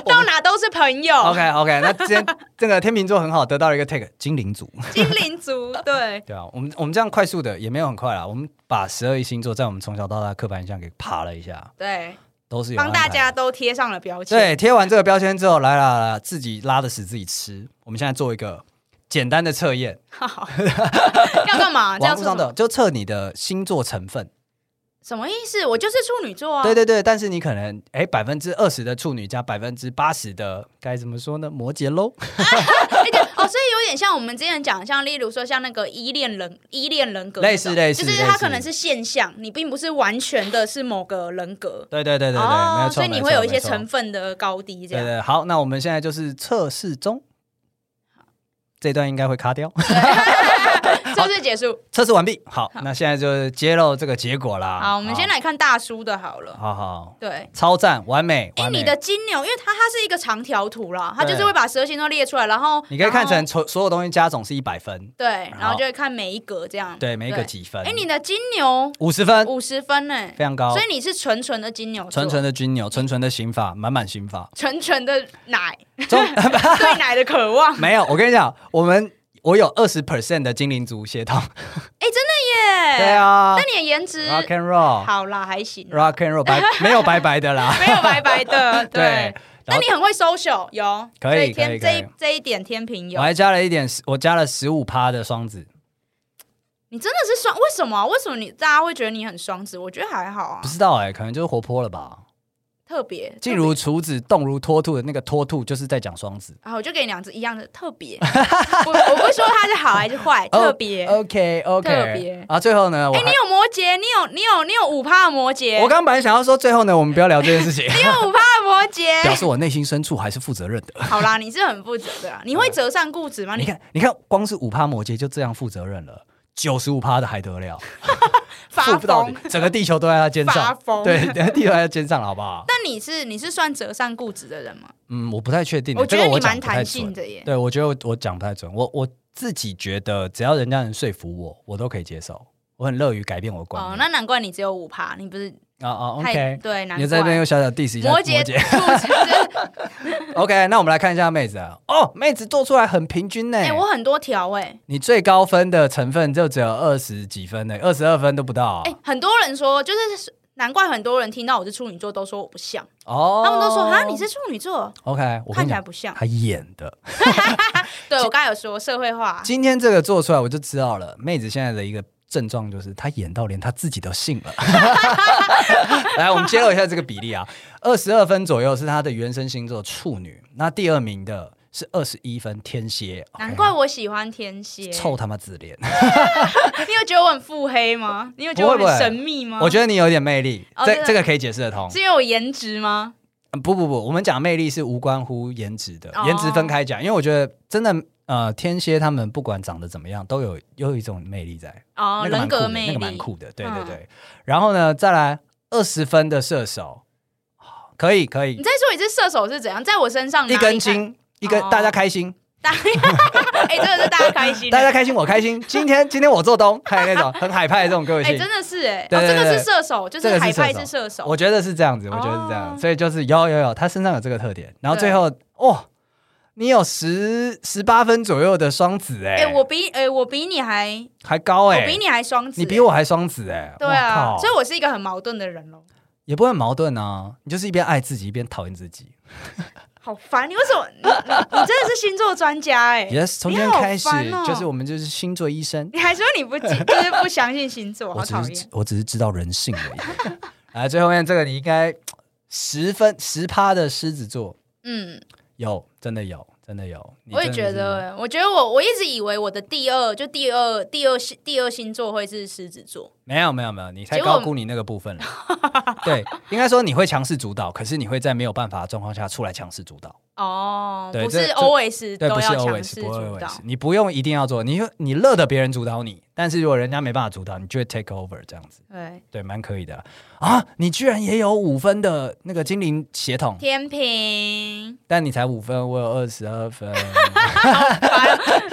Speaker 2: 到哪都是朋友。
Speaker 1: OK OK，那今天 *laughs* 这个天秤座很好，得到了一个 take 精灵组，
Speaker 2: 精灵族，对，
Speaker 1: 对啊，我们我们这样快速的也没有很快啦，我们把十二星座在我们从小到大的刻板印象给爬了一下，
Speaker 2: 对，
Speaker 1: 都是有
Speaker 2: 帮
Speaker 1: 安排
Speaker 2: 大
Speaker 1: 的
Speaker 2: 家都贴上了标签。
Speaker 1: 对，贴完这个标签之后，来啦来啦，自己拉的屎自己吃。我们现在做一个简单的测验，
Speaker 2: 好，要
Speaker 1: *laughs*
Speaker 2: 干啊嘛？这
Speaker 1: 网络
Speaker 2: 样说
Speaker 1: 上
Speaker 2: 什
Speaker 1: 的
Speaker 2: 么？
Speaker 1: 就测你的星座成分。
Speaker 2: 什么意思？我就是处女座啊。
Speaker 1: 对对对，但是你可能哎百分之二十的处女加百分之八十的该怎么说呢？摩羯
Speaker 2: *laughs*
Speaker 1: 喽。
Speaker 2: 那个哦，所以有点像我们之前讲，像例如说像那个依恋人依恋人格那种，
Speaker 1: 类似类似
Speaker 2: 就是
Speaker 1: 类
Speaker 2: 它
Speaker 1: 似
Speaker 2: 可能是现象，你并不是完全的是某个人格。
Speaker 1: 对对对对对，没有
Speaker 2: 哦，
Speaker 1: 错。
Speaker 2: 所以你
Speaker 1: 没
Speaker 2: 会
Speaker 1: 错
Speaker 2: 有一些。
Speaker 1: 没
Speaker 2: 成
Speaker 1: 错
Speaker 2: 分的高低这
Speaker 1: 对
Speaker 2: 样。
Speaker 1: 对，好，那我们现在就是测试中。这段应该会卡掉。
Speaker 2: 这测试结束。
Speaker 1: *laughs* 测试完毕，好，那现在就是揭露这个结果啦。
Speaker 2: 好，我们先，来看大叔的好了。
Speaker 1: 好好，
Speaker 2: 对，
Speaker 1: 超赞，完美，
Speaker 2: 因为
Speaker 1: 完美
Speaker 2: 你的金牛，因为它它是一个长条图啦，它
Speaker 1: 对
Speaker 2: 就是会把蛇形都列出来，然后
Speaker 1: 你可以看
Speaker 2: 然
Speaker 1: 成所
Speaker 2: 后
Speaker 1: 所有东西加总是一百分，
Speaker 2: 对，然
Speaker 1: 好
Speaker 2: 后就会看每一格这样。
Speaker 1: 对，每一个几分？
Speaker 2: 哎，你的金牛
Speaker 1: 五十分，
Speaker 2: 五十分呢，
Speaker 1: 非常高
Speaker 2: 所，以你是纯纯的金牛座，。
Speaker 1: 纯纯的金牛，纯纯的刑法，满满刑法
Speaker 2: 纯纯的奶，
Speaker 1: 中
Speaker 2: *laughs* 对奶的渴望。
Speaker 1: 没有，我跟你讲，我们我有二十 percent 的精灵族血统，
Speaker 2: 哎耶
Speaker 1: 对啊
Speaker 2: 那你的颜值
Speaker 1: ，rock and roll，rock
Speaker 2: 好啦，还行，
Speaker 1: and roll，白
Speaker 2: *laughs*
Speaker 1: 没有白白的啦，
Speaker 2: 没有白白的。
Speaker 1: *laughs* 对
Speaker 2: 对，。
Speaker 1: 然
Speaker 2: 那
Speaker 1: 后
Speaker 2: 你很会 social，有
Speaker 1: 可以可
Speaker 2: 所
Speaker 1: 以
Speaker 2: 天
Speaker 1: 可以
Speaker 2: 这一这一点天平有
Speaker 1: 我。还加了一点，我加了十五趴的双子，
Speaker 2: 你真的是双？为什么啊？为什么你大家会觉得你很双子？我觉得还好啊
Speaker 1: 不，知道哎、可能就是活泼了吧。
Speaker 2: 特别。
Speaker 1: 静
Speaker 2: 特
Speaker 1: 如处子，动如脱兔的那个脱兔，就是在讲双子。
Speaker 2: 别啊，我就给你两只一样的
Speaker 1: *laughs*
Speaker 2: 特别。我我不会说它是好还是坏，特别。哎，
Speaker 1: OK
Speaker 2: 特
Speaker 1: OK
Speaker 2: 别。
Speaker 1: 啊，最后呢，我
Speaker 2: 你
Speaker 1: 哦还
Speaker 2: 有摩羯，你有你有你有五趴的摩羯，
Speaker 1: 我刚本来想要说，最后呢，我们不要聊这件事情，
Speaker 2: 你有五哎趴的
Speaker 1: *laughs*
Speaker 2: 摩
Speaker 1: 表
Speaker 2: 羯。
Speaker 1: 示我内心深处还是负责任的。
Speaker 2: 好啦，你是很负责的啊啦，你会折善固执吗？
Speaker 1: 你
Speaker 2: 你
Speaker 1: 看，你看，光是五趴摩羯就这样负责任了。九十五趴的还得了，
Speaker 2: 发
Speaker 1: 负不到
Speaker 2: 疯。
Speaker 1: 整个地球都在他肩
Speaker 2: 发
Speaker 1: 上，
Speaker 2: 疯
Speaker 1: 对，整个地球在他肩上了，好不好？
Speaker 2: 但你是你是算折善固执的人吗？
Speaker 1: *laughs* 嗯，我不太确定，
Speaker 2: 我觉
Speaker 1: 这
Speaker 2: 得
Speaker 1: 个
Speaker 2: 你
Speaker 1: 讲
Speaker 2: 蛮
Speaker 1: 不太
Speaker 2: 弹
Speaker 1: 准
Speaker 2: 性。的耶。
Speaker 1: 对，我觉得我我讲不太准，我我自己觉得只要人家能说服我，我都可以接受，我很乐于改变我的观
Speaker 2: 哦，
Speaker 1: 念。
Speaker 2: 那难怪你只有五趴，你不是
Speaker 1: 啊啊
Speaker 2: 太、
Speaker 1: ，OK，
Speaker 2: 对，难
Speaker 1: 你在那边
Speaker 2: 怪
Speaker 1: 又小小 diss 一下
Speaker 2: 摩羯
Speaker 1: 羯。
Speaker 2: 兔
Speaker 1: *laughs*
Speaker 2: 子就是。
Speaker 1: OK，那我们来看一下妹子啊哦，妹子做出来很平均呢、
Speaker 2: 哎、我很多条哎、
Speaker 1: 你最高分的成分就只有二十几分呢、二十二分都不到啊、
Speaker 2: 哎、很多人说就是。难怪很多人听到我是处女座都说我不像，
Speaker 1: 哦，
Speaker 2: 他们都说啊你是处女座，
Speaker 1: OK，我跟
Speaker 2: 看
Speaker 1: 你
Speaker 2: 起来
Speaker 1: 讲，
Speaker 2: 不像。
Speaker 1: 他演的。
Speaker 2: 对我刚才有说社会化，
Speaker 1: 今天这个做出来，我就知道了，妹子现在的一个症状就是她演到连她自己都信了。来，我们揭露一下这个比例啊，二十二分左右是她的原生星座处女，那第二名的是二十一分天蝎，
Speaker 2: 难怪我喜欢天蝎。
Speaker 1: 臭他妈自恋。
Speaker 2: 你有觉得我很腹黑吗？你有觉得我
Speaker 1: 不会不会
Speaker 2: 很神秘吗？
Speaker 1: 我觉得你有点魅力，
Speaker 2: 哦真
Speaker 1: 这
Speaker 2: 的
Speaker 1: 这个可以解释得通
Speaker 2: 是。因为我颜值吗？
Speaker 1: 嗯不不不，我们讲魅力是无关乎颜值的，
Speaker 2: 哦
Speaker 1: 颜值分开讲，因为我觉得真的。呃，天蝎他们不管长得怎么样，都有有一种魅力在，
Speaker 2: 哦，
Speaker 1: 那个蛮酷
Speaker 2: 人格
Speaker 1: 的
Speaker 2: 魅力，
Speaker 1: 那个蛮酷的，对对
Speaker 2: 嗯
Speaker 1: 对。然后呢，再来二十分的射手，可以可以
Speaker 2: 你，再说一次射手是怎样，在我身上哪里
Speaker 1: 一根
Speaker 2: 看，
Speaker 1: 筋，一根
Speaker 2: 哦
Speaker 1: 大家开心，
Speaker 2: 大家 *laughs* 哎、真的是大家开心，
Speaker 1: 大家开心我开心，今天今天我做东，还有那种很海派的这种个
Speaker 2: 哎、
Speaker 1: 性，
Speaker 2: 真的是哎、
Speaker 1: 对对
Speaker 2: 哦，这
Speaker 1: 对
Speaker 2: 个是射手，就
Speaker 1: 这
Speaker 2: 是
Speaker 1: 个是
Speaker 2: 海派
Speaker 1: 射手
Speaker 2: 是射手，
Speaker 1: 我觉得是这样子，我觉得是这样，
Speaker 2: 哦
Speaker 1: 所以就是有有有，他身上有这个特点。然后最后哦，你有十十八分左右的双子哎、
Speaker 2: 哎、我比哎、我比你还，
Speaker 1: 还高哎、
Speaker 2: 我比你还双子、欸
Speaker 1: 你比我还双子哎、
Speaker 2: 对
Speaker 1: 哇
Speaker 2: 啊，
Speaker 1: 靠
Speaker 2: 所以我是一个很矛盾的人喽，
Speaker 1: 也不会很矛盾啊，你就是一边爱自己一边讨厌自己。
Speaker 2: 好烦，你为什么你 *laughs* 你你真的是星座专家哎、
Speaker 1: yes，从今天开始、
Speaker 2: 好烦哦
Speaker 1: 就是我们就是星座医生，
Speaker 2: 你还说你不记， *laughs* 就是不相信星座，
Speaker 1: 我
Speaker 2: 好
Speaker 1: 只
Speaker 2: 讨
Speaker 1: 是
Speaker 2: 厌。
Speaker 1: 我只是知道人性而已。 *laughs* 来，最后面这个你应该十分十趴的狮子座
Speaker 2: 嗯，有，
Speaker 1: 有，真的有，真的有。你
Speaker 2: 我也
Speaker 1: 真的
Speaker 2: 觉
Speaker 1: 是
Speaker 2: 得哎、我觉得我我一直以为我的第二就第二第二星第二星座会是狮子座，
Speaker 1: 没有没有没有，你太
Speaker 2: 结果
Speaker 1: 高估你那个部分了。 *laughs* 对，应该说你会强势主导，可是你会在没有办法的状况下出来强势主
Speaker 2: *laughs*
Speaker 1: 导。
Speaker 2: 哦，
Speaker 1: 对
Speaker 2: 不
Speaker 1: 这
Speaker 2: 是
Speaker 1: 这
Speaker 2: always
Speaker 1: 对，
Speaker 2: 都
Speaker 1: 不是
Speaker 2: 要强势
Speaker 1: always，不会
Speaker 2: 主导
Speaker 1: always，，你不用一定要做，你你乐得别人主导你，但是如果人家没办法主导，你就会 take over 这样子。
Speaker 2: 对，
Speaker 1: 对，蛮可以的啊！你居然也有五分的那个精灵血统，
Speaker 2: 天平。
Speaker 1: 但你才五分，我有二十二分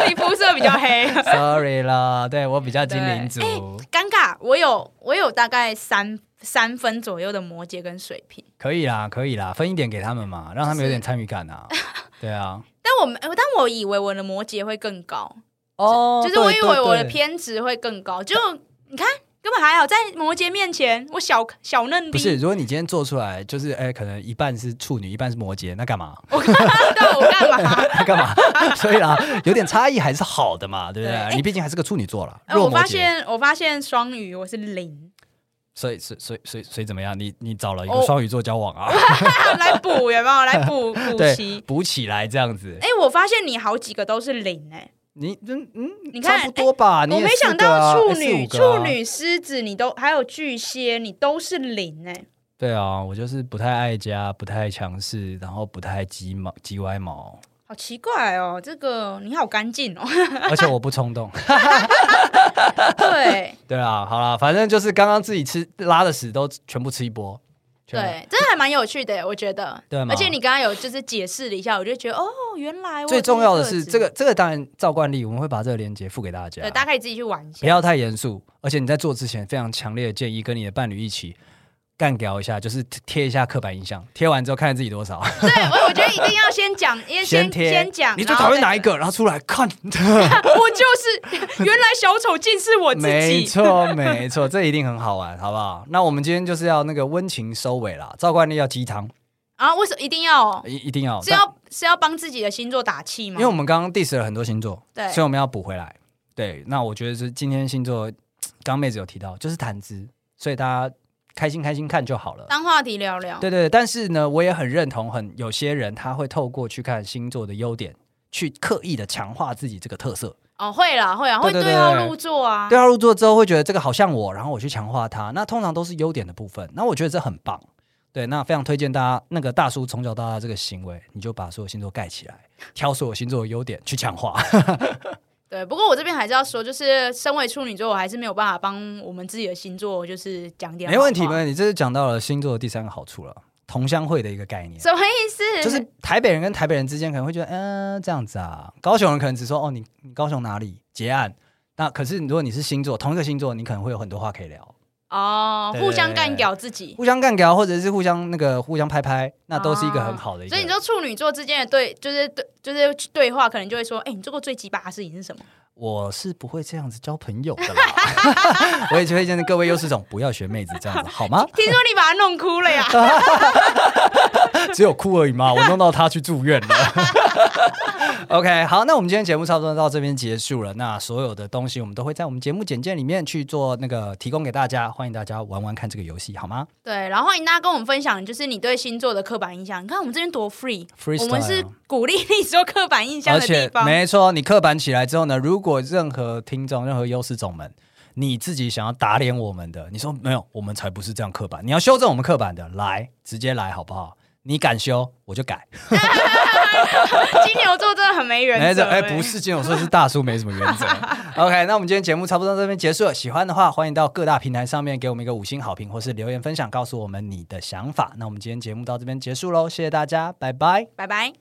Speaker 2: 你肤色比较黑。
Speaker 1: ，sorry 啦。对我比较精灵族，
Speaker 2: *laughs* 尴尬，我有我有大概三三分左右的摩羯跟水瓶，
Speaker 1: 可以啦，可以啦，分一点给他们嘛，让他们有点参与感
Speaker 2: *laughs*
Speaker 1: 啊。对啊，
Speaker 2: 但我们但我以为我的摩羯会更高，
Speaker 1: 哦
Speaker 2: 就是我以为我
Speaker 1: 偏。对
Speaker 2: 的
Speaker 1: 对
Speaker 2: 偏执会更高，就你看根本还好，在摩羯面前我小小嫩
Speaker 1: 不是，
Speaker 2: 逼，
Speaker 1: 如果你今天做出来，就是哎、可能一半是处女，一半是摩羯，那干嘛？
Speaker 2: *laughs*
Speaker 1: *laughs*
Speaker 2: 我看到我干嘛？
Speaker 1: 那干嘛？ *laughs* 所以啦，有点差异还是好的嘛，对不对？
Speaker 2: 对哎
Speaker 1: 你毕竟还是个处女座啦，
Speaker 2: 呃
Speaker 1: 弱
Speaker 2: 我
Speaker 1: 摩
Speaker 2: 发
Speaker 1: 羯，
Speaker 2: 现我发现双鱼我是零， *laughs*
Speaker 1: 所以所以所以所以所以怎么样？你你找了一个
Speaker 2: 哦
Speaker 1: 双鱼座交往啊？
Speaker 2: 来补有没有？来补补
Speaker 1: 对，
Speaker 2: 齐。
Speaker 1: 补起来这样子。
Speaker 2: 哎、我发现你好几个都是零哎、
Speaker 1: 你嗯嗯，
Speaker 2: 你看哎
Speaker 1: 差不多吧？你
Speaker 2: 我
Speaker 1: 也
Speaker 2: 没
Speaker 1: 四
Speaker 2: 想
Speaker 1: 个啊
Speaker 2: 到处
Speaker 1: 哎四
Speaker 2: 女、
Speaker 1: 五个啊
Speaker 2: 处女、狮子，你都还有巨蟹，你都是零哎、
Speaker 1: 对啊，我就是不太爱家，不太强势，然后不太鸡毛鸡歪毛。 *laughs*
Speaker 2: 好好奇怪哦，这个你好干净哦。 *laughs*
Speaker 1: 而且我不冲动。 *laughs*
Speaker 2: 对
Speaker 1: 对啊，好啦，反正就是刚刚自己吃拉的屎都全部吃一波。全部，
Speaker 2: 对，真的还蛮有趣的，我觉得。
Speaker 1: 啊对啊嘛
Speaker 2: 而且你刚刚有就是解释了一下，我就觉得哦，原来我有
Speaker 1: 最重要的是
Speaker 2: 特质
Speaker 1: 这个，这个当然照惯例我们会把这个链接附给大家
Speaker 2: 对，。大家可以自己去玩一
Speaker 1: 不
Speaker 2: 下。
Speaker 1: 要太严肃，而且你在做之前非常强烈的建议，跟你的伴侣一起干聊一下，就是贴一下刻板印象，贴完之后看看自己多少，
Speaker 2: 对，我我觉得一定要
Speaker 1: *laughs*
Speaker 2: 先讲，因为先
Speaker 1: 贴
Speaker 2: 讲，
Speaker 1: 你最讨厌哪一
Speaker 2: 然后
Speaker 1: 个，然后出来看，
Speaker 2: 再？我就是原来小丑竟是我自
Speaker 1: 没
Speaker 2: 己。
Speaker 1: 错没错，这一定很好玩，好不好？那我们今天就是要那个温情收尾啦，照惯例要鸡汤，
Speaker 2: 啊，为什么一定要哦？
Speaker 1: 一一定要，
Speaker 2: 是
Speaker 1: 但
Speaker 2: 要是要帮自己的星座打气吗？
Speaker 1: 因为我们刚刚 diss 了很多星座，
Speaker 2: 对
Speaker 1: 所以我们要补回来。对，那我觉得是今天星座，刚妹子有提到就是谈资，所以大家开心开心看就好了。
Speaker 2: 当话题聊聊。
Speaker 1: 对对，对但是呢，我也很认同很，有些人他会透过去看星座的优点，去刻意的强化自己这个特色。
Speaker 2: 哦，会啦，会啦，会
Speaker 1: 对对
Speaker 2: 对
Speaker 1: 对
Speaker 2: 号
Speaker 1: 对
Speaker 2: 入座啊。
Speaker 1: 对号入座之后，会觉得这个好像我，然后我去强化它。那通常都是优点的部分，那我觉得这很棒。对，那非常推荐大家，那个大叔从小到大这个行为，你就把所有星座盖起来，挑所有星座的优点去强化。
Speaker 2: 对，不过我这边还是要说，就是身为处女座，我还是没有办法帮我们自己的星座，就是讲点
Speaker 1: *laughs* 没问题，
Speaker 2: 好
Speaker 1: 没
Speaker 2: 话
Speaker 1: 问题。这是讲到了星座的第三个好处了，同乡会的一个概念。
Speaker 2: 什么意思？
Speaker 1: 就是台北人跟台北人之间可能会觉得，嗯、这样子啊。高雄人可能只说，哦，你你高雄哪里结案？那可是如果你是星座，同一个星座，你可能会有很多话可以聊，
Speaker 2: 哦，
Speaker 1: 对对
Speaker 2: 互
Speaker 1: 对
Speaker 2: 相
Speaker 1: 对
Speaker 2: 干
Speaker 1: 对
Speaker 2: 掉自己。
Speaker 1: 互相干聊，或者是互相那个互相拍拍，那都是一个很好的一个。
Speaker 2: 哦所以你说处女座之间的对，就是对，就是对话，可能就会说，哎、你做过最鸡巴的事情是什么？
Speaker 1: 我是不会这样子交朋友的啦。 *laughs* 我也推荐各位优势种不要学妹子这样子，好吗？
Speaker 2: 听说你把他弄哭
Speaker 1: *laughs*
Speaker 2: 了呀？
Speaker 1: 只有哭而已嘛，我弄到他去住院了。OK，好，那我们今天节目差不多到这边结束了。那所有的东西我们都会在我们节目简介里面去做那个提供给大家，欢迎大家玩玩看这个游戏，好吗
Speaker 2: 对，然后欢迎大家跟我们分享，就是你对星座的刻板印象。你看我们这边多 free，
Speaker 1: ？Freestyle，啊
Speaker 2: 我们是鼓励你说刻板印象
Speaker 1: 而
Speaker 2: 的地
Speaker 1: 且
Speaker 2: 方。
Speaker 1: 没错，你刻板起来之后呢，如果任何听众、任何优势种们，你自己想要打脸我们的，你说没有，我们才不是这样刻板，你要修正我们刻板的，来，直接来好不好？你敢修，我就
Speaker 2: *laughs*
Speaker 1: 改。
Speaker 2: 金牛座真的很没原
Speaker 1: 没
Speaker 2: 则、欸
Speaker 1: 哎，不是金融说是大叔没什么原则。OK，那我们今天节目差不多到这边结束了。喜欢的话，欢迎到各大平台上面给我们一个五星好评，或是留言分享，告诉我们你的想法。那我们今天节目到这边结束喽，谢谢大家，拜拜。
Speaker 2: 拜拜。